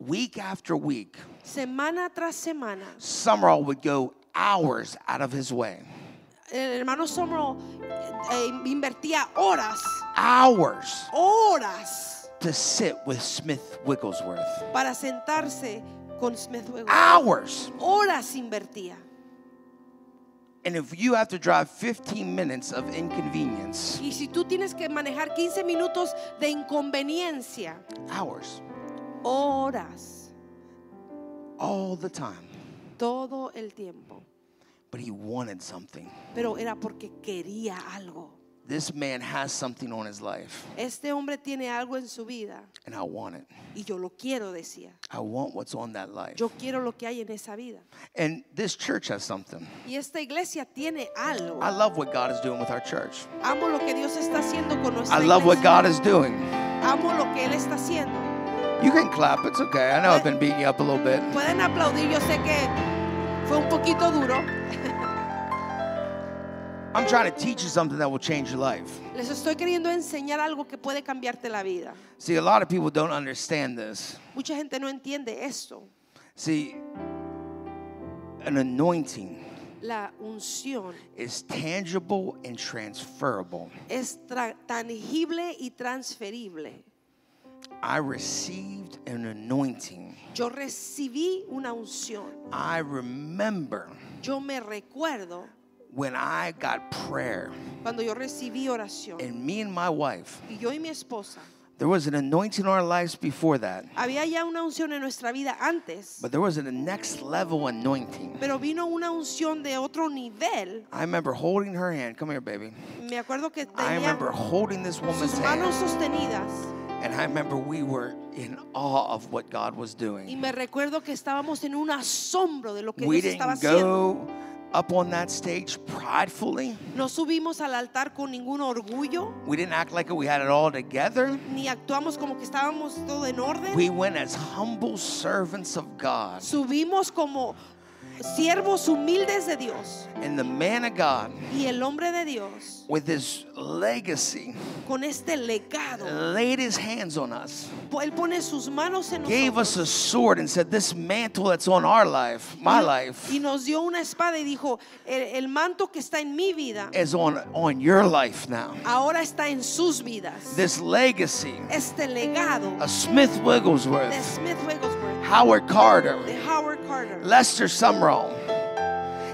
Week after week,
Semana tras semana,
Summerall would go hours out of his way.
el hermano Somro eh, invertía horas,
Hours
horas
to sit with Smith Wigglesworth.
para sentarse con Smith Wigglesworth.
Hours.
Horas invertía.
And if you have to drive 15 minutes of inconvenience,
Y si tú tienes que manejar 15 minutos de inconveniencia,
hours,
horas,
all the time.
todo el tiempo.
But he wanted something.
Pero era porque quería algo.
this man has something on his life,
Este hombre tiene algo en su vida
and I want it.
y yo lo quiero, decía.
I want what's on that life.
Yo quiero lo que hay en esa vida.
And this church has something.
Y esta iglesia tiene algo.
I love what God is doing with our church.
Amo lo que Dios está haciendo con nuestra
I love what
iglesia.
God is doing.
Amo lo que Él está haciendo.
You can clap, it's okay. I know I've been beating you up a little bit.
Pueden aplaudir, yo sé que fue un poquito duro.
I'm trying to teach you something that will change your life.
Les estoy queriendo enseñar algo que puede cambiarte la vida.
See, a lot of people don't understand this.
Mucha gente no entiende esto.
See, an anointing
La unción
is tangible and transferable.
es tra- tangible y transferible.
I received an anointing.
Yo recibí una unción.
I remember
Yo me recuerdo
when I got prayer,
cuando yo recibí oración.
and me and my wife,
Y yo y mi esposa.
there was an anointing in our lives before that,
Había ya una unción en nuestra vida antes,
but there was a next level anointing.
pero vino una unción de otro nivel.
I remember holding her hand. Come here, baby.
Me acuerdo que
I
tenía
remember holding this woman's
sus manos
hand,
sostenidas
and I remember we were in awe of what God was
y
doing.
me recuerdo que estábamos en un asombro de lo que
We
Dios estaba
didn't
haciendo.
go up on that stage pridefully.
No subimos al altar con ningún orgullo,
We didn't act like we had it all together.
ni actuamos como que estábamos todo en orden.
We went as humble servants of God.
Subimos como siervos humildes de Dios.
And the man of God,
Y el hombre de Dios,
with his legacy,
con este legado,
laid his hands on us,
po- él pone sus manos en
Uh, gave
nosotros
us a sword, and said, This mantle that's on our life, my life,
y nos dio una espada y dijo, el, el manto que está en mi vida
is on, on your life now.
ahora está en sus vidas.
This legacy,
Este legado
a Smith
de
Wigglesworth,
Smith Wigglesworth,
Howard
de
Carter,
Howard Carter,
Lester Sumrall,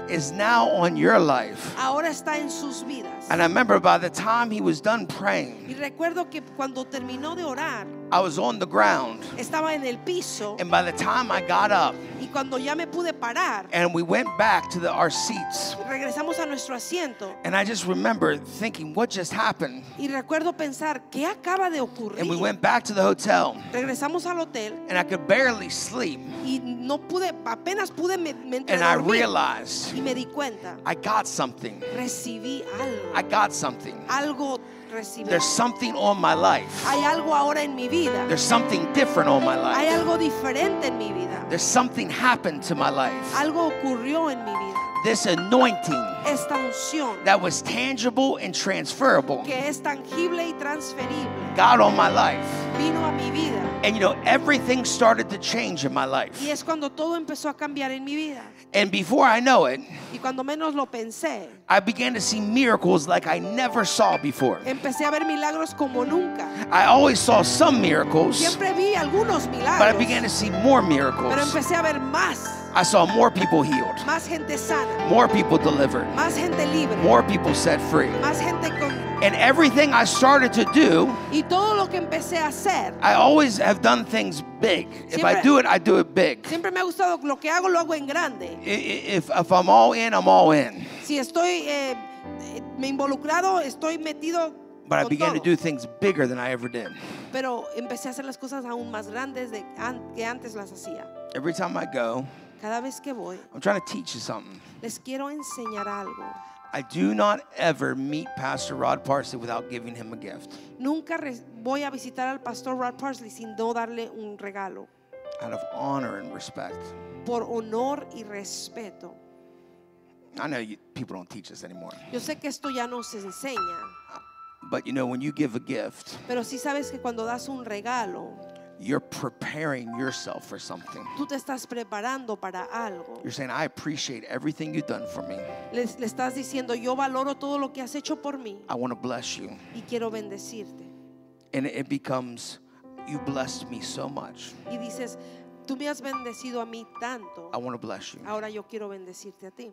is now on your life.
ahora está en sus vidas.
And I remember by the time he was done
Y
praying,
recuerdo que cuando terminó de orar,
I was on the ground.
estaba en el piso
And by the time I got up
y cuando ya me pude parar,
and we went back to the, our seats,
regresamos a nuestro asiento
and I just remember thinking, what just happened?
y recuerdo pensar, ¿qué acaba de
And we
ocurrir?
went back to the hotel,
Regresamos al hotel
and I could barely sleep.
y no pude, apenas pude me, me entré
And
a
I
dormir.
realized
y me di cuenta,
I got something.
recibí algo.
I got something.
algo recibí.
There's something on my life.
Hay algo ahora en mi vida.
There's something different on my
Hay
life.
algo diferente en mi vida.
There's something happened to my life.
Algo ocurrió en mi vida.
This anointing
Esta unción
that was tangible and transferable
que es tangible y transferible
got on my life.
vino a mi vida.
And you know, everything started to change in my life.
Y es cuando todo empezó a cambiar en mi vida.
And before I know it,
Y cuando menos lo pensé,
I began to see miracles like I never saw before.
empecé a ver milagros como nunca.
I always saw some miracles,
Siempre vi algunos
but I
milagros,
began to see more
pero
miracles.
empecé a ver más,
I saw more people healed,
más gente sana,
more people delivered,
más gente libre,
more people set free.
más gente con
And everything I started to do,
Y todo lo que empecé a hacer,
I always have done things big. If I
Siempre-
do it, I do it big. I-
siempre me ha gustado, lo que hago lo hago en grande.
i- If, if I'm all in, I'm all in.
Si estoy eh, eh, me involucrado, estoy metido
But I
con
began to
todo.
do things bigger than I ever did.
Pero empecé a hacer las cosas aún más grandes de an- que antes las hacía.
Every time I go,
Cada vez que voy,
I'm trying to teach you something.
les quiero enseñar algo.
I do not ever meet Pastor Rod Parsley without giving him a gift.
Nunca re- voy a visitar al pastor Rod Parsley sin no darle un regalo,
out of honor and respect.
por honor y respeto.
I know you, people don't teach this anymore,
Yo sé que esto ya nos enseña,
but you know, when you give a gift,
pero sí sabes que cuando das un regalo,
you're preparing yourself for something.
tú te estás preparando para algo.
You're saying, I appreciate everything you've done for me.
Le, le estás diciendo, yo valoro todo lo que has hecho por mí
I want to bless you.
y quiero bendecirte.
And it becomes, You blessed me so much.
Y dices, tú me has bendecido a mí tanto,
I want to bless you.
ahora yo quiero bendecirte a ti.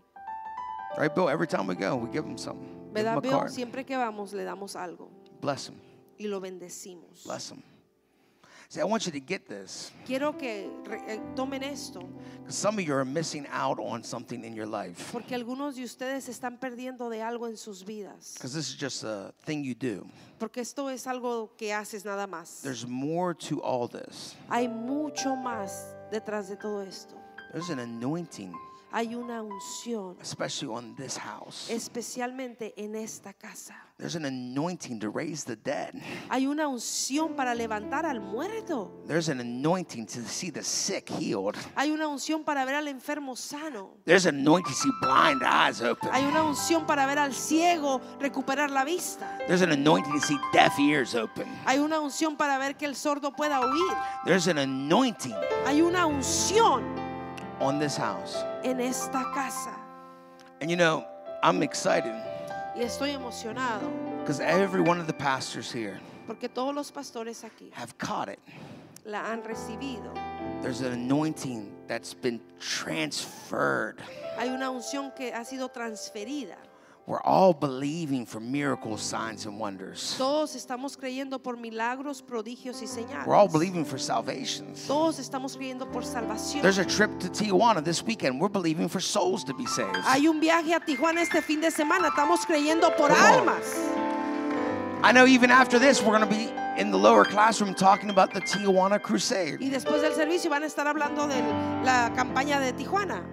Right, Bill? Every time we go, we give them something. Give them
¿Verdad?
a
Veo,
card.
siempre que vamos le damos algo
Bless them.
y lo bendecimos.
Bless them. See, I want you to get this
Quiero que re- eh, tomen esto,
because some of you are missing out on something in your life
porque algunos de ustedes se están perdiendo de algo en sus vidas,
because this is just a thing you do.
porque esto es algo que haces nada más.
There's more to all this.
Hay mucho más detrás de todo esto.
There's an anointing,
Hay una unción,
especially on this house.
especialmente en esta casa.
There's an anointing to raise the dead.
Hay una unción para levantar al muerto.
There's an anointing to see the sick healed.
Hay una unción para ver al enfermo sano.
There's an anointing to see blind eyes open.
Hay una unción para ver al ciego recuperar la vista.
There's an anointing to see deaf ears open.
Hay una unción para ver que el sordo pueda oír.
There's an anointing
Hay una unción
on this house.
en esta casa.
And you know, I'm excited
Y estoy emocionado
because every one of the pastors here
porque todos los pastores aquí
have caught it.
la han recibido.
There's an anointing that's been transferred.
Hay una unción que ha sido transferida.
We're all believing for miracles, signs, and wonders.
Todos estamos creyendo por milagros, prodigios y
We're all
señales.
believing for salvations.
Todos estamos creyendo por salvación.
There's a trip to Tijuana this weekend. We're believing for souls to be saved.
Hay un viaje a Tijuana este fin de semana. Estamos creyendo por
Come on.
almas.
I know even after this, we're going to be in the lower classroom talking about the
Y
Tijuana Crusade.
después del servicio van a estar hablando de la campaña de Tijuana.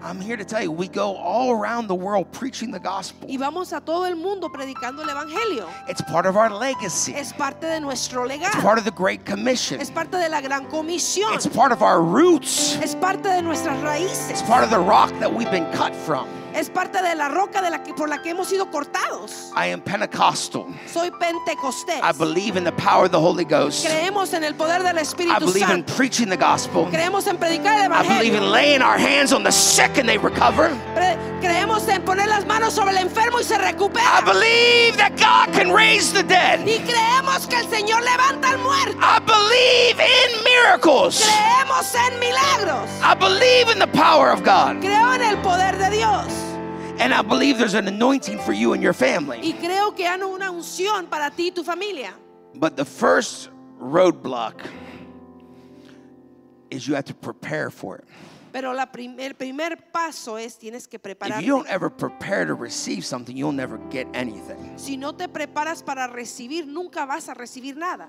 I'm here to tell you, we go all around the world preaching the gospel.
Y vamos a todo el mundo predicando el Evangelio.
It's part of our legacy.
Es parte de nuestro
It's
legado.
part of the Great Commission.
Es parte de la gran comisión.
It's part of our roots.
Es parte de nuestras raíces.
It's part of the rock that we've been cut from.
Es parte de la roca de la que, por la que hemos sido cortados.
I am Pentecostal.
Soy pentecostés.
I believe in the power of the Holy Ghost.
Creemos en el poder del
I
Espíritu
believe in
Santo.
preaching the gospel.
Creemos en predicar el
I believe
Evangelio.
in laying our hands on the sick and they recover.
Pre- creemos en poner las manos sobre el enfermo y se
I
recupera.
believe that God can raise the dead.
Y creemos que el Señor levanta al muerto.
I believe in miracles.
Creemos en milagros.
I believe in the power of God.
Creo en el poder de Dios.
And I believe there's an anointing for you and your family.
Y creo que hay una unción para ti y tu familia.
But the first roadblock is you have to prepare for it.
Pero la prim- el primer paso es tienes que
If
prepararte.
you don't ever prepare to receive something, you'll never get anything.
Si no te preparas para recibir, nunca vas a recibir nada.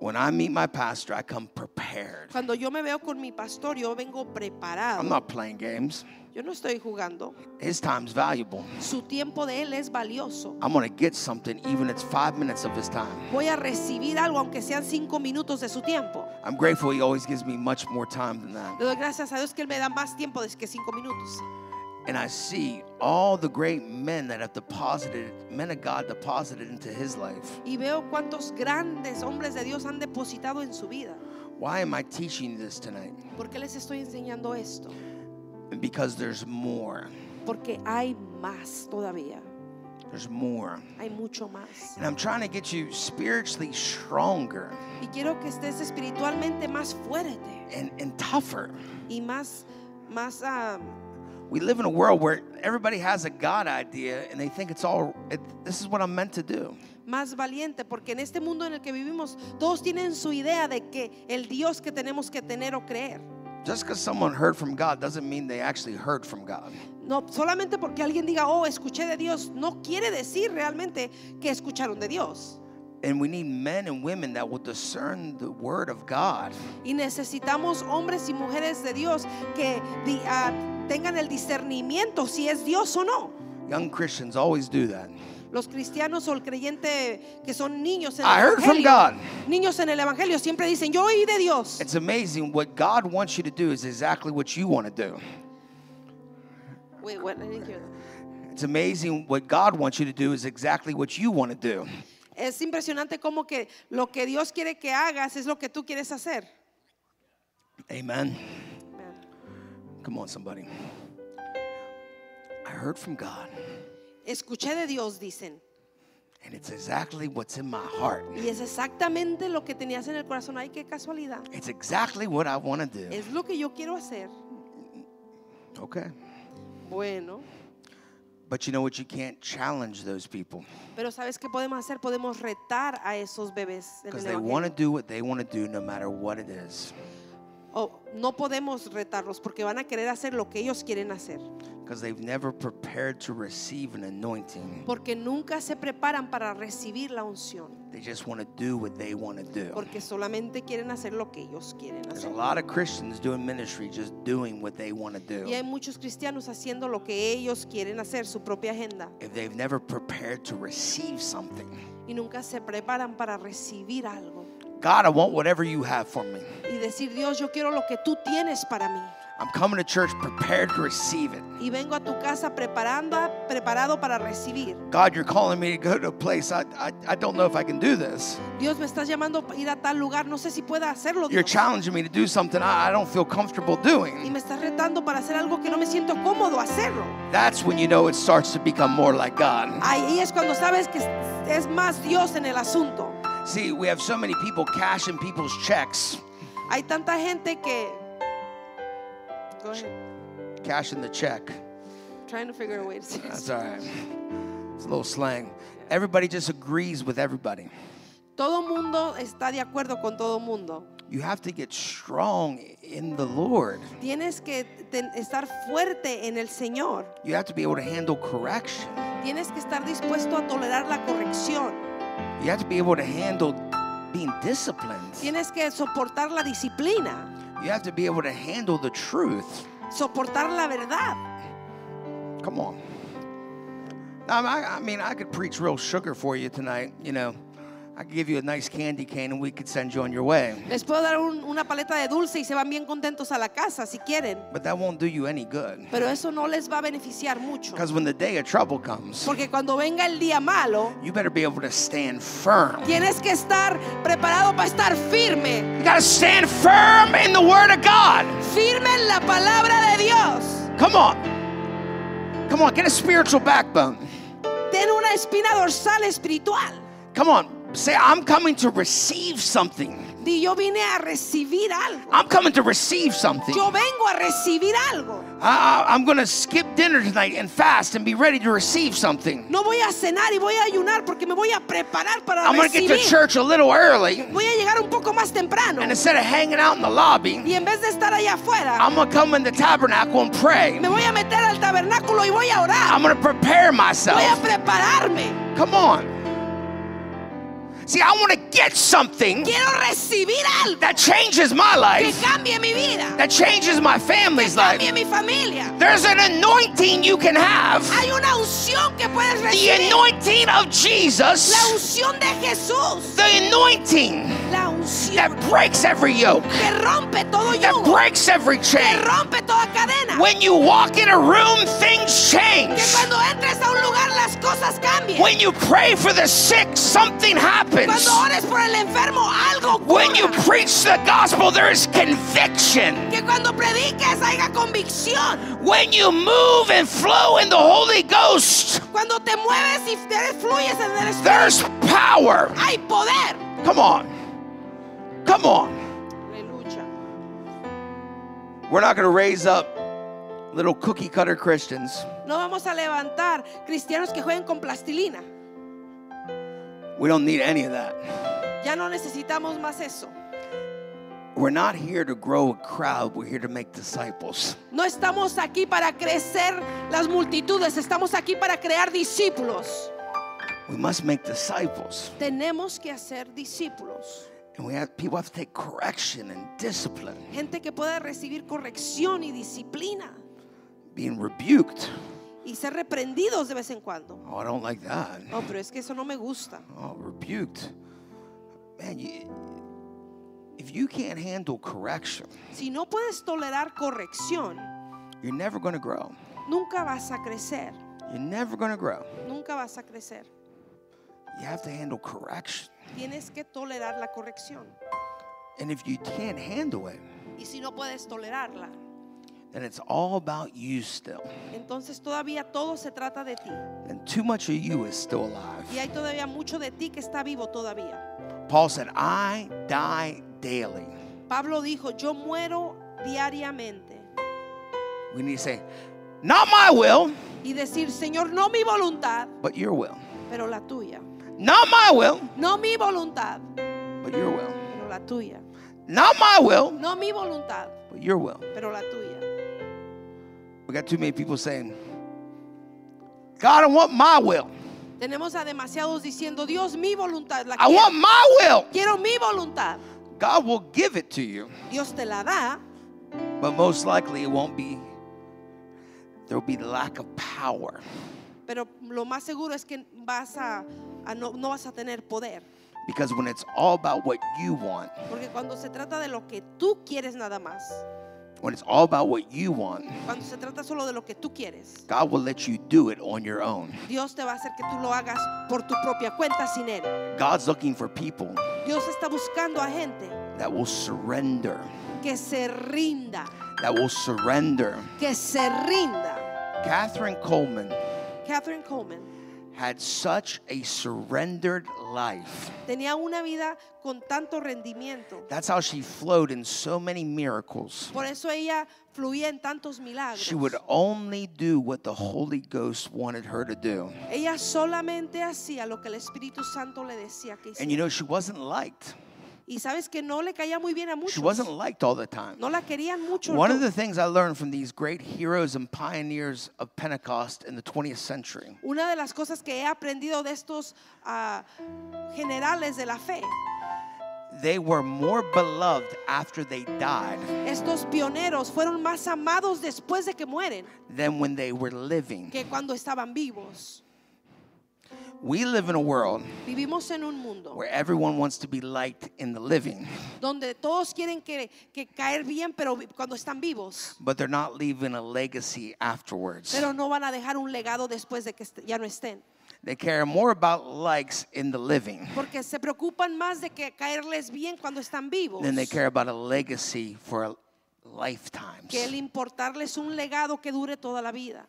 When I meet my pastor, I come prepared.
Cuando yo me veo con mi pastor, yo vengo
I'm
preparado.
not playing games.
Yo no estoy jugando.
His time's valuable.
Su tiempo de él es valioso.
I'm gonna get something, even if it's five minutes of his time.
Voy a recibir algo, aunque sean cinco minutos de su tiempo.
I'm grateful he always gives me much more time than that.
Le doy gracias a Dios que él me da más tiempo de- que cinco minutos.
And I see all the great men that have deposited, men of God deposited into his life.
Y veo cuántos grandes hombres de Dios han depositado en su vida.
Why am I teaching you this tonight?
¿Por qué les estoy enseñando esto?
Because there's more.
Porque hay más todavía.
There's more.
Hay mucho más.
And I'm trying to get you spiritually stronger
Y quiero que estés espiritualmente más fuerte
and, and tougher.
y más, más, ah,
We live in a world where everybody has a God idea and they think it's all, it, this is what I'm meant to do.
más valiente. Porque en este mundo en el que vivimos, todos tienen su idea de que el Dios que tenemos que tener o creer.
Just because someone heard from God doesn't mean they actually heard from God.
No, solamente porque alguien diga, oh, escuché de Dios, no quiere decir realmente que escucharon de Dios.
And we need men and women that will discern the word of God.
Y necesitamos hombres y mujeres de Dios que di- ah, tengan el discernimiento si es Dios o no.
Young Christians always do that.
Los cristianos o el creyente que son niños en
I
el
heard from
evangelio,
God.
niños en el evangelio siempre dicen, "Yo oí de Dios."
It's amazing what God wants you to do is exactly what you want to do.
Wait, what? I didn't hear that.
It's amazing what God wants you to do is exactly what you want to do.
Es impresionante como que lo que Dios quiere que hagas es lo que tú quieres hacer.
Amen.
Amen.
Come on, somebody. I heard from God,
Escuché de Dios, dicen.
and it's exactly what's in my heart.
Y es exactamente lo que tenías en el corazón. Ay, qué casualidad.
It's exactly what I want to do.
Es lo que yo quiero hacer.
Okay.
Bueno,
But you know what? You can't challenge those people
Pero ¿sabes qué podemos hacer? Podemos retar a esos bebés. en
because
el
they
evangelio.
want to do what they want to do no matter what it is.
O no podemos retarlos porque van a querer hacer lo que ellos quieren hacer.
Because they've never prepared to receive an anointing.
Porque nunca se preparan para recibir la unción.
They just want to do what they want to do.
Porque solamente quieren hacer lo que ellos quieren
There's a
hacer.
lot of Christians doing ministry just doing what they want to
Y hay
do.
muchos cristianos haciendo lo que ellos quieren hacer, su propia agenda.
If they've never prepared to receive something,
Y nunca se preparan para recibir algo.
God, I want whatever you have for me.
Y decir, Dios, yo quiero lo que tú tienes para mí.
I'm coming to church prepared to receive it.
Y vengo a tu casa preparando, preparado para recibir.
God, you're calling me to go to a place. I, I, I don't know if I can do this.
Dios me estás llamando a ir a tal lugar, no sé si pueda hacerlo.
You're
Dios.
challenging me to do something I, I don't feel comfortable
Y
doing.
me estás retando para hacer algo que no me siento cómodo hacerlo.
That's when you know it starts to become more like God.
Ahí es cuando sabes que es más Dios en el asunto.
See, we have so many people cashing people's checks,
Hay tanta gente que Go ahead.
cashing the check.
Trying to figure a way to say this.
That's all right. It's a little slang. Everybody just agrees with everybody.
Todo mundo está de acuerdo con todo mundo.
You have to get strong in the Lord.
Tienes que ten- estar fuerte en el Señor.
You have to be able to handle correction.
Tienes que estar dispuesto a tolerar la corrección.
You have to be able to handle being disciplined.
Tienes que soportar la disciplina,
You have to be able to handle the truth.
soportar la verdad.
Come on. I, I- I mean, I could preach real sugar for you tonight. You know, I could give you a nice candy cane and we could send you on your way.
Les puedo dar un- una paleta de dulce y se van bien contentos a la casa si quieren.
But that won't do you any good.
Pero eso no les va a beneficiar mucho.
Because when the day of trouble comes,
Porque cuando venga el día malo,
you better be able to stand firm.
tienes que estar preparado para estar firme.
You got to stand firm in the Word of God.
Firme en la palabra de Dios.
Come on. Come on, get a spiritual backbone.
Ten una espina dorsal espiritual.
Come on. Say, I'm coming to receive something.
Di, yo vine a recibir algo.
I'm coming to receive something.
Yo vengo a recibir algo.
I, I- I'm going to skip dinner tonight and fast and be ready to receive something.
No voy a cenar y voy a ayunar porque me voy a preparar para
I'm going to get to
recibir.
church a little early.
Voy a llegar un poco más temprano.
And instead of hanging out in the lobby,
Y en vez de estar allá afuera,
I'm going to come in the tabernacle and pray.
me voy a meter al tabernáculo y voy a orar.
I'm going to prepare
Voy a
myself.
prepararme.
Come on. See, I want to get something
Quiero recibir algo
that changes my
que
life,
cambie mi vida.
that changes my
que
family's
cambie
life.
mi familia.
There's an anointing you can have
Hay una unción que puedes
the
recibir.
anointing of Jesus,
La unción de Jesús.
the anointing
La unción
that breaks every yoke.
que rompe todo
that
yugo.
breaks every
Que
chain.
rompe toda cadena.
When you walk in a room, things change.
Que cuando entres a un lugar las cosas cambien.
When you pray for the sick, something happens.
Cuando ores por el enfermo algo
When you
ocurra.
preach the gospel, there is conviction.
Que cuando prediques haya convicción.
When you move and flow in the Holy Ghost,
Cuando te mueves y te fluyes en el Espíritu.
there's power.
Hay poder.
Come on. Come on.
Aleluya.
We're not going to raise up little cookie cutter Christians.
No vamos a levantar cristianos que jueguen con plastilina.
We don't need any of that.
Ya no necesitamos más eso.
We're not here to grow a crowd, we're here to make disciples.
No estamos aquí para crecer las multitudes, estamos aquí para crear discípulos.
We must make disciples.
Tenemos que hacer discípulos,
And we have people have to take correction and discipline,
gente que pueda recibir corrección y disciplina
being rebuked.
y ser reprendidos de vez en cuando.
Oh, I don't like that.
No, pero es que eso no me gusta.
Oh, rebuked. Man, you, if you can't handle correction,
Si no puedes tolerar corrección,
you're never going to grow.
nunca vas a crecer,
You're never going to grow.
nunca vas a crecer.
You have to handle correction.
Tienes que tolerar la corrección.
And if you can't handle it,
Y si no puedes tolerarla,
then it's all about you still.
entonces todavía todo se trata de ti.
And too much of you is still alive.
Y hay todavía mucho de ti que está vivo todavía.
Paul said, I die daily.
Pablo dijo, yo muero diariamente.
We need to say, not my will,
y decir, Señor, no mi voluntad,
but your will.
pero la tuya.
Not my will,
No mi voluntad,
but your will.
pero la tuya.
Not my will,
No mi voluntad,
but your will.
pero la tuya.
We got too many people saying, God, I want my will.
Tenemos a demasiados diciendo, Dios, mi voluntad, la
I
quiero.
want my will.
Quiero mi voluntad.
God will give it to you,
Dios te la da,
but most likely it won't be. There'll be lack of power.
pero lo más seguro es que vas a, a no, no vas a tener poder.
Because when it's all about what you want,
Porque cuando se trata de lo que tú quieres nada más,
when it's all about what you want,
cuando se trata solo de lo que tú quieres,
God will let you do it on your own.
Dios te va a hacer que tú lo hagas por tu propia cuenta sin Él.
God's looking for people
Dios está buscando a gente
that will surrender,
que se rinda,
that will surrender.
que se rinda.
Catherine Coleman
Catherine Coleman
had such a surrendered life.
tenía una vida con tanto rendimiento.
That's how she flowed in so many miracles.
Por eso ella fluía en tantos
She would
milagros.
only do what the Holy Ghost wanted her to do.
Ella solamente hacía lo que el Espíritu Santo le decía que
And you
hiciera.
know, she wasn't liked.
Y sabes que no le caía muy bien a
She
muchos.
wasn't liked all the time.
No la querían mucho.
One of
no.
the things I learned from these great heroes and pioneers of Pentecost in the 20th century
Una de las cosas que he aprendido de estos ah, generales de la fe,
they were more beloved after they died
estos pioneros fueron más amados después de que mueren
than when they were living.
que cuando estaban vivos.
We live in a world
Vivimos en un mundo
where everyone wants to be liked in the living,
donde todos quieren que, que caer bien, pero vi- cuando están vivos,
but they're not leaving a legacy afterwards.
pero no van a dejar un legado después de que est- ya no estén.
They care more about likes in the living
Porque se preocupan más de que caerles bien cuando están vivos
than they care about a legacy for a lifetimes.
que el importarles un legado que dure toda la vida.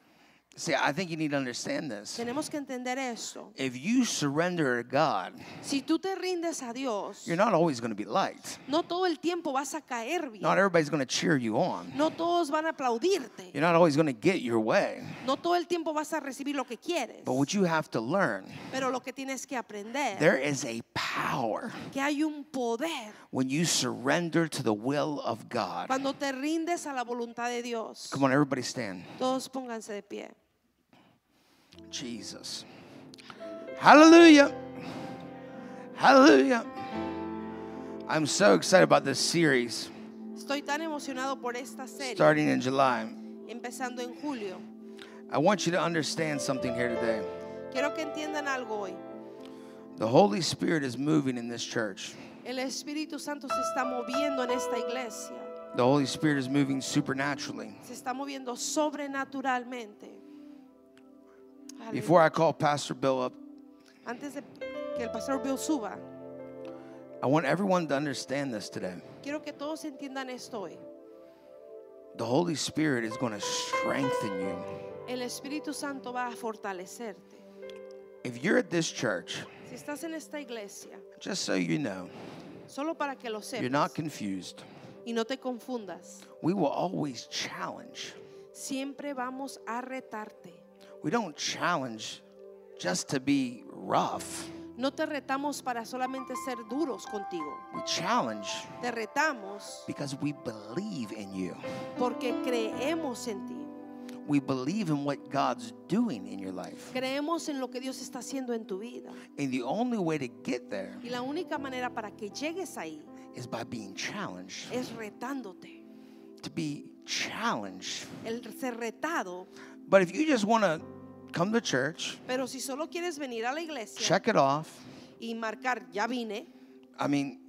See, I think you need to understand this.
Tenemos que entender esto.
If you surrender to God,
Si tú te rindes a Dios,
you're not always going to be liked.
no todo el tiempo vas a caer bien.
Not everybody's going to cheer you on.
No todos van a aplaudirte.
You're not always going to get your way.
No todo el tiempo vas a recibir lo que quieres.
But what you have to learn,
Pero lo que tienes que aprender
there is a power
que hay un poder
when you surrender to the will of God.
cuando te rindes a la voluntad de Dios.
Come on, everybody stand.
Todos pónganse de pie.
Jesus. Hallelujah. Hallelujah. I'm so excited about this series
Estoy tan emocionado por esta serie,
starting in July.
empezando en julio.
I want you to understand something here today.
Quiero que entiendan algo hoy.
The Holy Spirit is moving in this church.
El Espíritu Santo se está moviendo en esta iglesia.
The Holy Spirit is moving supernaturally.
Se está moviendo sobrenaturalmente. Aleluya.
Before I call Pastor Bill up,
Antes de que el pastor Bill suba,
I want everyone to understand this today.
quiero que todos entiendan esto hoy.
The Holy Spirit is going to strengthen you.
El Espíritu Santo va a fortalecerte.
If you're at this church,
Si estás en esta iglesia,
just so you know,
solo para que lo
you're not
sepas
confused.
y no te confundas,
We will always challenge.
siempre vamos a retarte.
We don't challenge just to be rough.
No te retamos para solamente ser duros contigo.
We challenge
Te retamos
because we believe in you.
porque creemos en ti.
We believe in what God's doing in your life.
Creemos en lo que Dios está haciendo en tu vida.
And the only way to get there
Y la única manera para que llegues ahí
is by being challenged.
es retándote.
To be challenged.
El ser retado.
But if you just want to come to church,
Pero si solo quieres venir a la iglesia
check it off,
y marcar, ya vine,
I mean,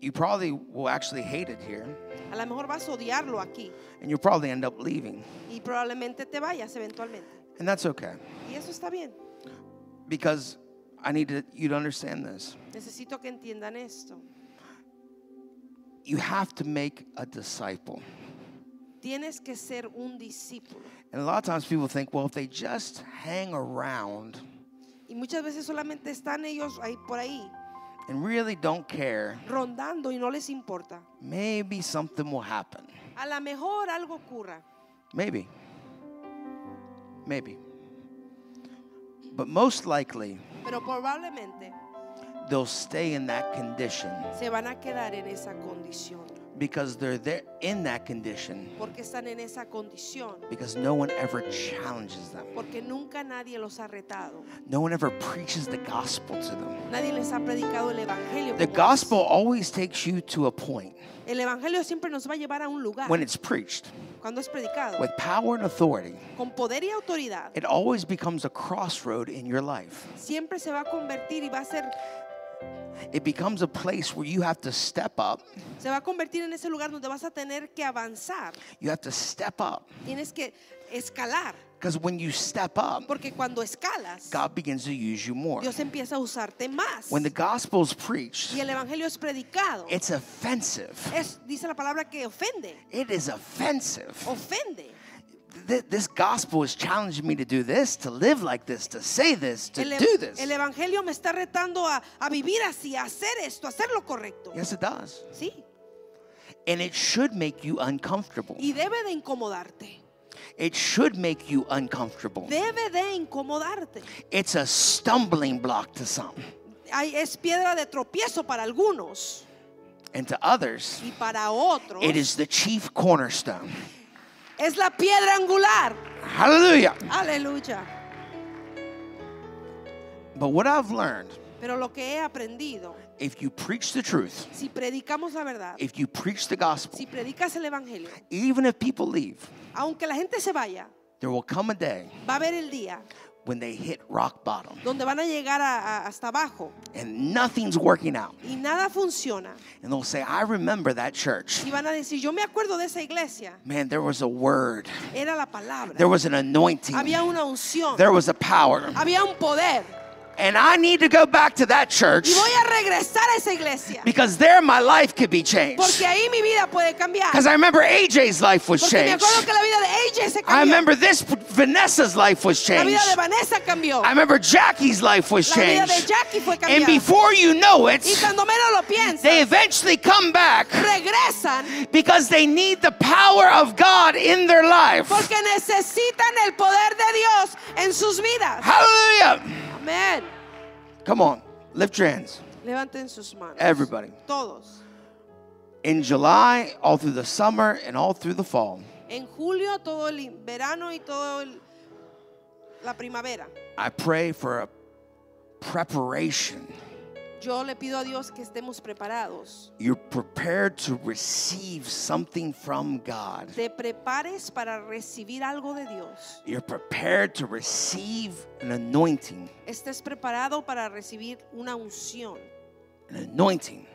you probably will actually hate it here,
a lo mejor vas a odiarlo aquí
and you'll probably end up leaving.
y probablemente te vayas eventualmente.
And that's okay,
Y eso está bien.
because I need to, you to understand this.
Necesito que entiendan esto.
You have to make a disciple.
Tienes que ser un discípulo.
And a lot of times people think, well, if they just hang around
Y muchas veces solamente están ellos ahí por ahí
and really don't care,
rondando y no les importa.
maybe something will happen.
A lo mejor algo ocurra,
Maybe. Maybe. But most likely,
pero probablemente
they'll stay in that condition
se van a quedar en esa condición,
because they're there in that condition
porque están en esa condición,
because no one ever challenges them.
porque nunca nadie los ha retado,
No one ever preaches the gospel to them.
nadie les ha predicado el evangelio.
The
como
gospel always takes you to a point
es. El evangelio siempre nos va a llevar a un lugar
when it's preached
cuando es predicado
with power and authority.
con poder y autoridad.
It always becomes a crossroad in your life.
Siempre se va a convertir y va a ser
It becomes a place where you have to step up.
se va a convertir en ese lugar donde vas a tener que avanzar.
You have to step up
Tienes que escalar,
because when you step up,
porque cuando escalas,
God begins to use you more.
Dios empieza a usarte más.
When the gospel is preached,
Y el evangelio es predicado.
it's offensive.
Es, dice la palabra que ofende,
It is offensive.
ofende.
Th- This gospel is challenging me to do this, to live like this, to say this, to
El, ev-
do this.
el evangelio me está retando a, a vivir así, a hacer esto, a hacer lo correcto.
Yes, it does.
Sí,
And it should make you uncomfortable.
y debe de incomodarte.
It should make you uncomfortable.
Debe de incomodarte.
It's a stumbling block to some.
Hay, es piedra de tropiezo para algunos
And to others,
y para otros.
it is the chief cornerstone.
Es la piedra angular.
Hallelujah.
Aleluya.
But what I've learned,
Pero lo que he aprendido,
if you preach the truth,
si predicamos la verdad,
if you preach the gospel,
si predicas el evangelio,
even if people leave,
aunque la gente se vaya,
there will come a day
va a haber el día
when they hit rock bottom
donde van a llegar a- a- hasta abajo
and nothing's working out.
y nada funciona.
And they'll say, I remember that church.
Y van a decir, yo me acuerdo de esa iglesia.
Man, there was a word,
Era la palabra.
there was an anointing,
Había una unción.
there was a power.
Había un poder.
And I need to go back to that church
Y voy a regresar a esa iglesia.
because there my life could be changed.
Porque ahí mi vida puede cambiar.
Because I remember AJ's life was
Porque me
changed.
acuerdo que la vida de AJ se
I
cambió.
remember this Vanessa's life was
La
changed.
vida de Vanessa cambió.
I remember Jackie's life was
La vida de
changed.
Jackie fue
And
cambiada.
before you know it,
Y cuando menos lo piensan,
they eventually come back
regresan
because they need the power of God in their life.
porque necesitan el poder de Dios en sus vidas.
Hallelujah.
Amén.
Come on, lift your hands,
Levanten sus manos.
everybody.
Todos.
In July, all through the summer, and all through the fall,
En julio, todo el in- verano y todo el- la primavera.
I pray for a preparation.
Yo le pido a Dios que estemos preparados.
You're prepared to receive something from God.
Te prepares para recibir algo de Dios.
You're prepared to receive an anointing,
Estés preparado para recibir una unción.
an anointing,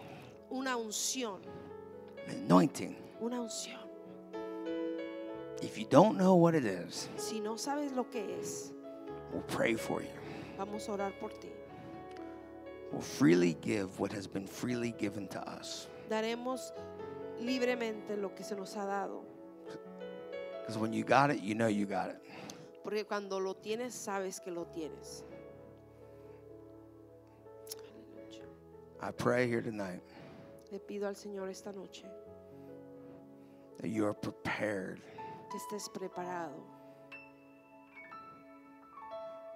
Una unción.
an anointing.
Una unción.
If you don't know what it is,
Si no sabes lo que es,
we'll pray for you.
vamos a orar por ti.
We'll freely give what has been freely given to us.
Daremos libremente lo que se nos ha dado.
Because when you got it, you know you got it.
Porque cuando lo tienes, sabes que lo tienes.
I pray here tonight
Le pido al Señor esta noche
that you are prepared
que estés preparado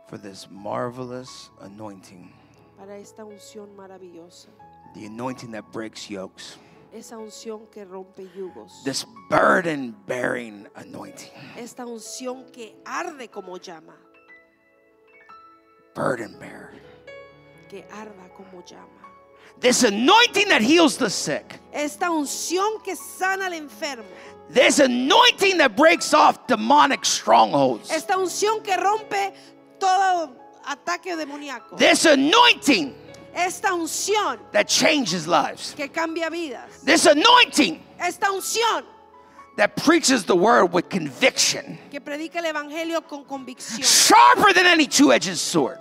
for this marvelous anointing,
para esta unción maravillosa.
the anointing that breaks yokes,
Esa unción que rompe yugos.
this burden bearing anointing.
Esta unción que arde como llama.
Burden bearer.
Que arda como llama.
This anointing that heals the sick.
Esta unción que sana al enfermo.
This anointing that breaks off demonic strongholds.
Esta unción que rompe todo ataque demoníaco.
This anointing
Esta unción
that changes lives.
que cambia vidas.
This anointing
Esta unción
that preaches the word with conviction,
que predica el evangelio con convicción.
sharper than any two edged sword.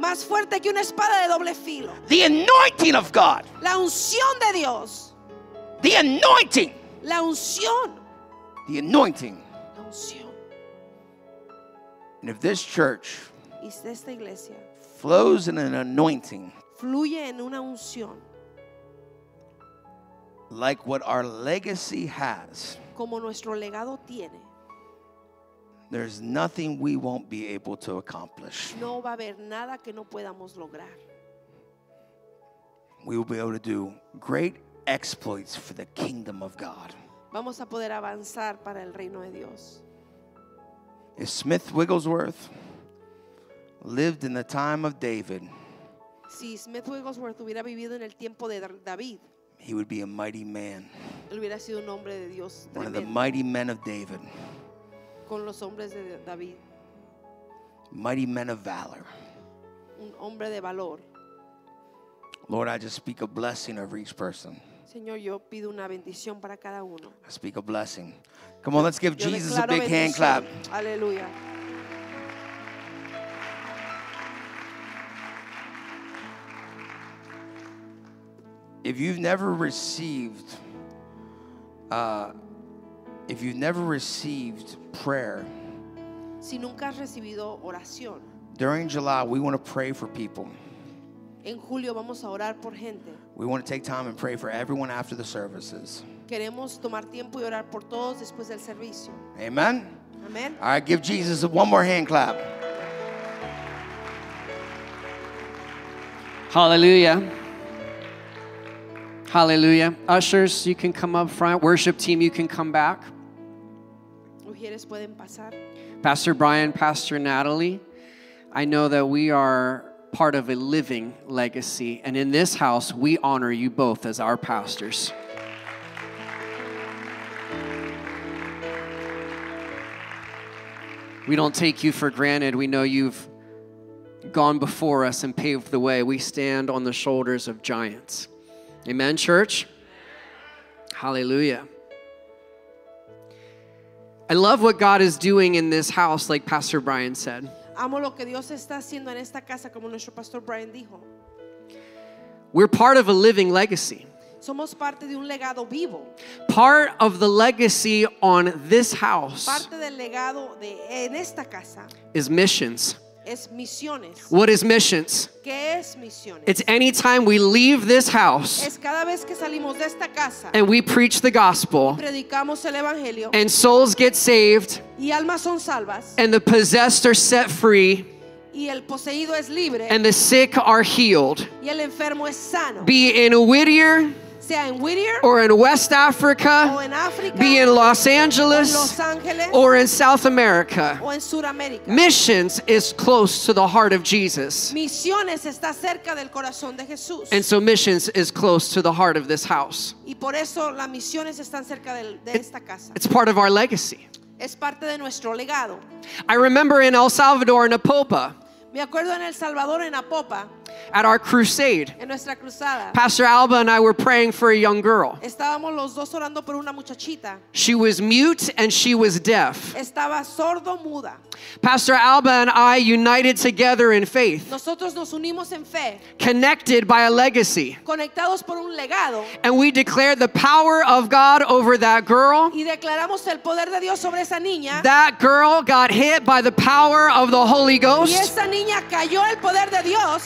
Más fuerte que una espada de doble filo.
The anointing of God.
La unción de Dios.
The anointing.
La unción.
The anointing.
La unción.
And if this church
Y si esta iglesia
flows in an anointing
fluye en una unción
like what our legacy has,
como nuestro legado tiene,
There's nothing we won't be able to accomplish.
No va a haber nada que no podamos lograr.
We will be able to do great exploits for the kingdom of God.
Vamos a poder avanzar para el reino de Dios.
If Smith Wigglesworth lived in the time of David,
Si Smith Wigglesworth hubiera vivido en el tiempo de Dar- David,
he would be a mighty man,
él hubiera sido un hombre de Dios
one of the
tremendo,
mighty men of David,
con los hombres de David,
mighty men of valor.
un hombre de valor.
Lord, I just speak a blessing over each person.
Señor, yo pido una bendición para cada uno.
I speak a blessing. Come on, let's give
Yo
Jesus a
declaro
big hand clap.
bendición. Aleluya.
If you've never received, uh, if you've never received prayer
Si nunca has recibido oración,
during July, we want to pray for people.
en julio vamos a orar por gente.
We want to take time and pray for everyone after the services.
Queremos tomar tiempo y orar por todos después del servicio.
Amen.
Amén.
All right, give Jesus one more hand clap.
Hallelujah. Hallelujah. Ushers, you can come up front. Worship team, you can come back.
Mujeres pueden pasar.
Pastor Brian, Pastor Natalie, I know that we are part of a living legacy, and in this house, we honor you both as our pastors. We don't take you for granted. We know you've gone before us and paved the way. We stand on the shoulders of giants. Amen, church? Hallelujah. I love what God is doing in this house, like Pastor Brian said.
Amo lo que Dios está haciendo en esta casa, como nuestro pastor Brian dijo.
We're part of a living legacy.
Somos parte de un legado vivo,
Part of the legacy on this house
parte del legado de en esta casa
is missions.
es misiones.
What is missions?
¿Qué es misiones?
It's any time we leave this house
es cada vez que salimos de esta casa,
and we preach the gospel
predicamos el evangelio
and souls get saved
y almas son salvas
and the possessed are set free
y el poseído es libre
and the sick are healed.
y el enfermo es sano,
Be in Whittier
sea en Whittier
or in West
o
Africa,
en África,
be in Los
o en Los
Angeles
Ángeles
or in South America.
o en Sudamérica.
Missions is close to the heart of Jesus.
misiones está cerca del corazón de Jesús.
And so missions is close to the heart of this house.
Y por eso las misiones están cerca del- de, esta casa.
It's part of our legacy.
Es parte de nuestro legado.
I remember in El Salvador in Apopa
Me acuerdo en El Salvador, en Apopa,
at our crusade,
en nuestra cruzada,
Pastor Alba and I were praying for a young girl.
estábamos los dos orando por una muchachita.
She was mute and she was deaf.
Estaba sordo muda.
Pastor Alba and I united together in faith,
Nosotros nos unimos en fe,
connected by a legacy.
conectados por un legado
And we declared the power of God over that girl.
y declaramos el poder de Dios sobre esa niña.
That girl got hit by the power of the Holy
Y
Ghost.
esa niña cayó el poder de Dios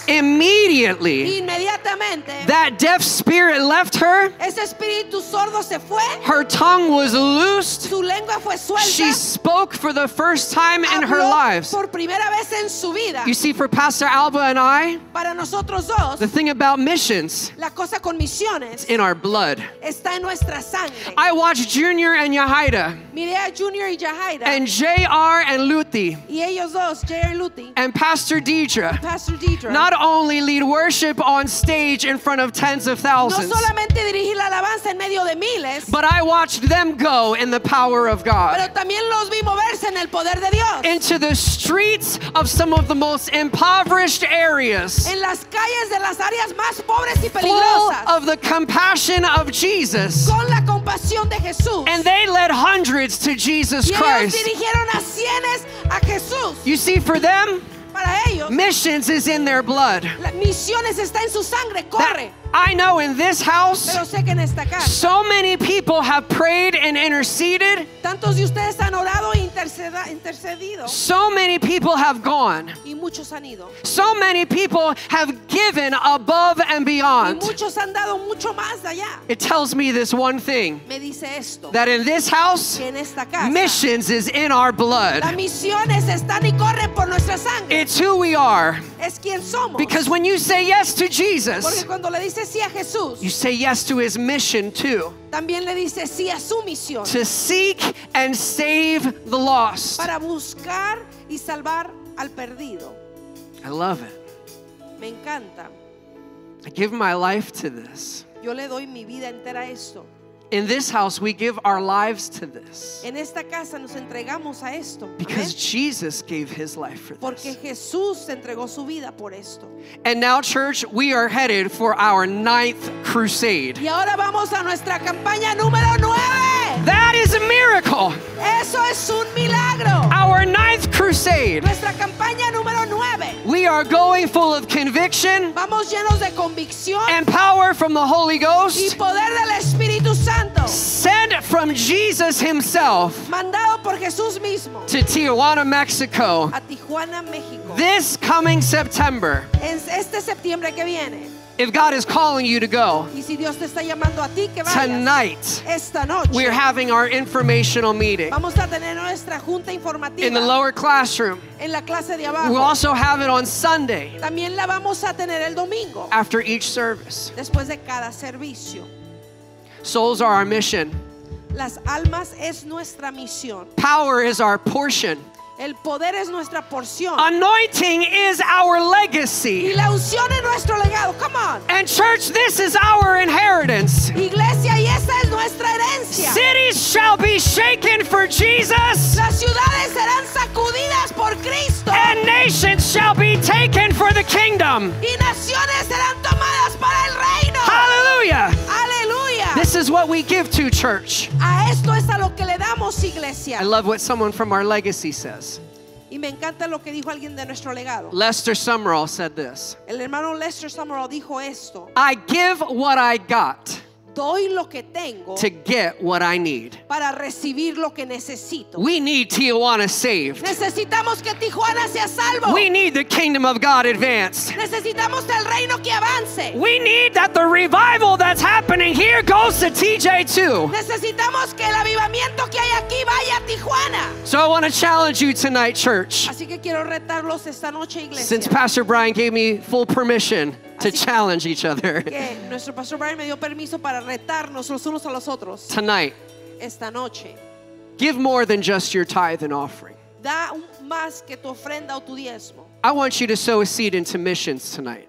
Immediately,
inmediatamente.
that deaf spirit left her.
Ese espíritu sordo se fue,
Her tongue was loosed.
su lengua fue suelta.
She spoke for the first time in her
habló
lives.
Por primera vez en su vida.
You see, for Pastor Alba and I,
Para nosotros dos,
the thing about missions
la cosa con misiones
in our blood.
está en nuestra sangre.
I watched Junior and Yahida,
Miré a Junior y Yahaira
and JR and Luthi,
y ellos dos, Jerry Luthi,
and Pastor Deidre
Pastor Deidre.
not only lead worship on stage in front of tens of
no
thousands,
solamente dirigir la alabanza en medio de miles,
but I watched them go in the power of God.
pero también los vi moverse en el poder de Dios.
into the streets of some of the most impoverished areas,
en las calles de las áreas más pobres y
full
peligrosas,
of the compassion of Jesus.
con la compasión de Jesús.
And they led hundreds to Jesus
y ellos
Christ.
dirigieron a cienes a Jesús.
You see, for them,
Para ellos,
Missions is in their blood.
la- misiones está en su sangre. Corre.
I know in this house,
Pero sé que en esta casa,
so many people have prayed and interceded.
tantos de ustedes han orado e interceda- intercedido
So many people have gone.
y muchos han ido.
So many people have given above and
Y
beyond.
muchos han dado mucho más de allá.
It tells me this one thing
Me dice esto,
that in this house,
que en esta casa,
missions is in
las
our blood.
misiones están y corren por nuestra sangre.
It's who we are.
Es quien somos.
Because when you say yes to
Porque
Jesus,
cuando le dices sí a Jesús,
you say yes to his mission too
también le dices sí a su misión
to seek and save the lost.
para buscar y salvar al perdido.
I love it.
Me encanta.
I give my life to this.
Yo le doy mi vida entera a esto.
In this house, we give our lives to this
En esta casa nos entregamos a esto. Amén.
because Jesus gave his life for
Porque
this.
Jesús entregó su vida por esto.
And now, church, we are headed for our ninth crusade.
Y ahora vamos a nuestra campaña número 9.
That is a miracle.
Eso es un milagro.
Our ninth crusade.
Nuestra campaña número 9.
We are going full of conviction
Vamos llenos de convicción
and power from the Holy
y
Ghost,
poder del Espíritu Santo.
sent from Jesus himself
Mandado por Jesús mismo
to Tijuana, Mexico,
a Tijuana, México.
this coming September.
En este septiembre que viene.
If God is calling you to go
Y si Dios te está llamando a ti, que vayas.
tonight,
Esta noche
we're having our informational meeting
vamos a tener nuestra junta informativa
in the lower classroom.
en la clase de abajo.
We'll also have it on Sunday
También la vamos a tener el domingo
after each service.
después de cada servicio.
Souls are our mission,
Las almas es nuestra misión.
power is our portion,
El poder es nuestra porción.
anointing is our
y
legacy.
la unción es nuestro legado. Come on.
And, church, this is our inheritance.
Iglesia, y esta es nuestra herencia.
Cities shall be shaken for Jesus,
Las ciudades serán sacudidas por Cristo.
and nations shall be taken for the kingdom.
y naciones serán tomadas para el reino.
Hallelujah!
Aleluya.
This is what we give to church.
a esto es a lo que le damos iglesia.
I love what someone from our legacy says.
Y me encanta lo que dijo alguien de nuestro legado.
Lester Summerall said this
El hermano Lester Summerall dijo esto.
I give what I got
Doy lo que tengo
to get what I need.
para recibir lo que necesito.
We need Tijuana saved.
Necesitamos que Tijuana sea salvo.
We need the kingdom of God advanced.
Necesitamos el reino que avance.
We need that the revival that's happening here goes to TJ too.
Necesitamos que el avivamiento que hay aquí vaya a Tijuana.
So I want to challenge you tonight, church.
Así que quiero retarlos esta noche, iglesia.
Since Pastor Brian gave me full permission to challenge each other
Que nuestro pastor Brian me dio permiso para retarnos los unos a los otros
tonight,
esta noche.
give more than just your tithe and offering.
Da un- más que tu ofrenda o tu diezmo.
I want you to sow a seed into missions tonight.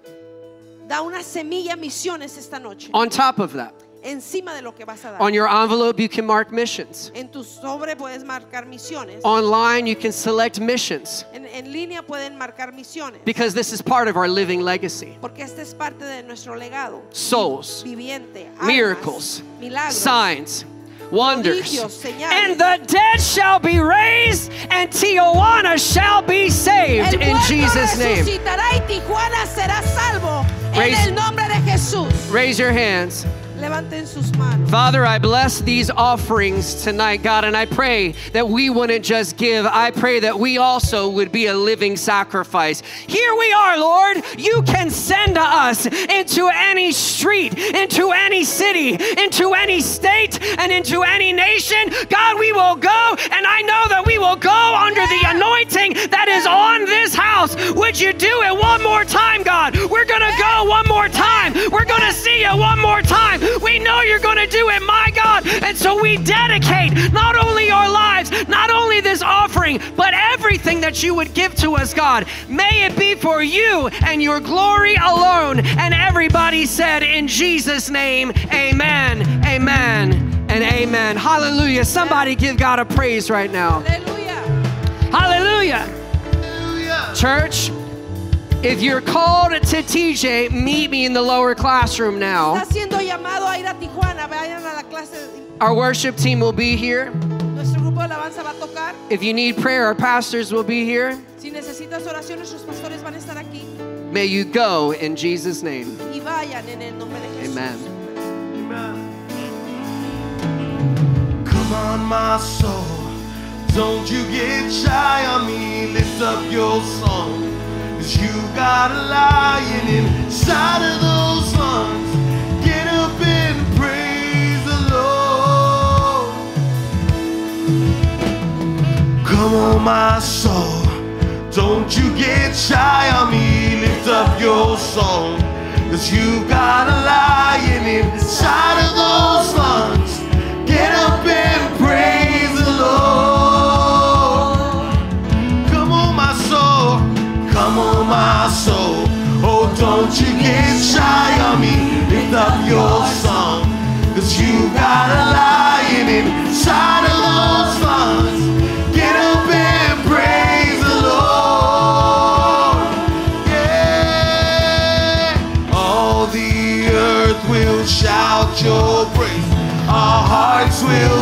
Da una semilla a misiones esta noche.
On top of that,
Encima de lo que vas a dar.
on your envelope, you can mark missions.
En tu sobre puedes marcar misiones.
Online, you can select missions
En, en línea pueden marcar misiones.
because this is part of our living legacy.
Porque esta es parte de nuestro legado.
Souls,
Viviente. almas,
miracles,
milagros.
signs, wonders.
Prodigios, señales.
And the dead shall be raised, and Tijuana shall be saved
El
in
muerto
Jesus' name.
resucitará y Tijuana será salvo
Raise-
en el nombre de Jesús.
Raise your hands.
Levanten sus manos.
Father, I bless these offerings tonight, God, and I pray that we wouldn't just give. I pray that we also would be a living sacrifice. Here we are, Lord. You can send us into any street, into any city, into any state, and into any nation. God, we will go, and I know that we will go under the anointing that is on this house. Would you do it one more time, God? We're going to go one more time. We're going to see you one more time. We know you're going to do it, my God. And so we dedicate not only our lives, not only this offering, but everything that you would give to us, God. May it be for you and your glory alone. And everybody said, in Jesus' name, amen, amen, and amen. Hallelujah. Somebody give God a praise right now.
Aleluya.
Hallelujah. Church, if you're called to TJ, meet me in the lower classroom
Está
now.
siendo llamado a ir a Tijuana. Vayan a la clase.
Our worship team will be here.
Nuestro grupo equipo de alabanza va a tocar.
If you need prayer, our pastors will be here.
Si necesitas oración, nuestros pastores van a estar aquí.
May you go in Jesus' name.
Y vayan en el nombre de Jesús.
Amen.
Come on, my soul. Don't you get shy on me. Lift up your song. Cause you got a lion inside of those lungs. Get up and praise the Lord. Come on, my soul. Don't you get shy on me. Lift up your song. Cause you got a lion inside of those lungs. Get up and praise the Lord. Come on, my soul. Come on, my soul. Oh, don't you get shy on me. Lift up your song. Cause you got a lion inside of those lungs. Get up and praise the Lord. Yeah. All the earth will shout your praise. Our hearts will oh,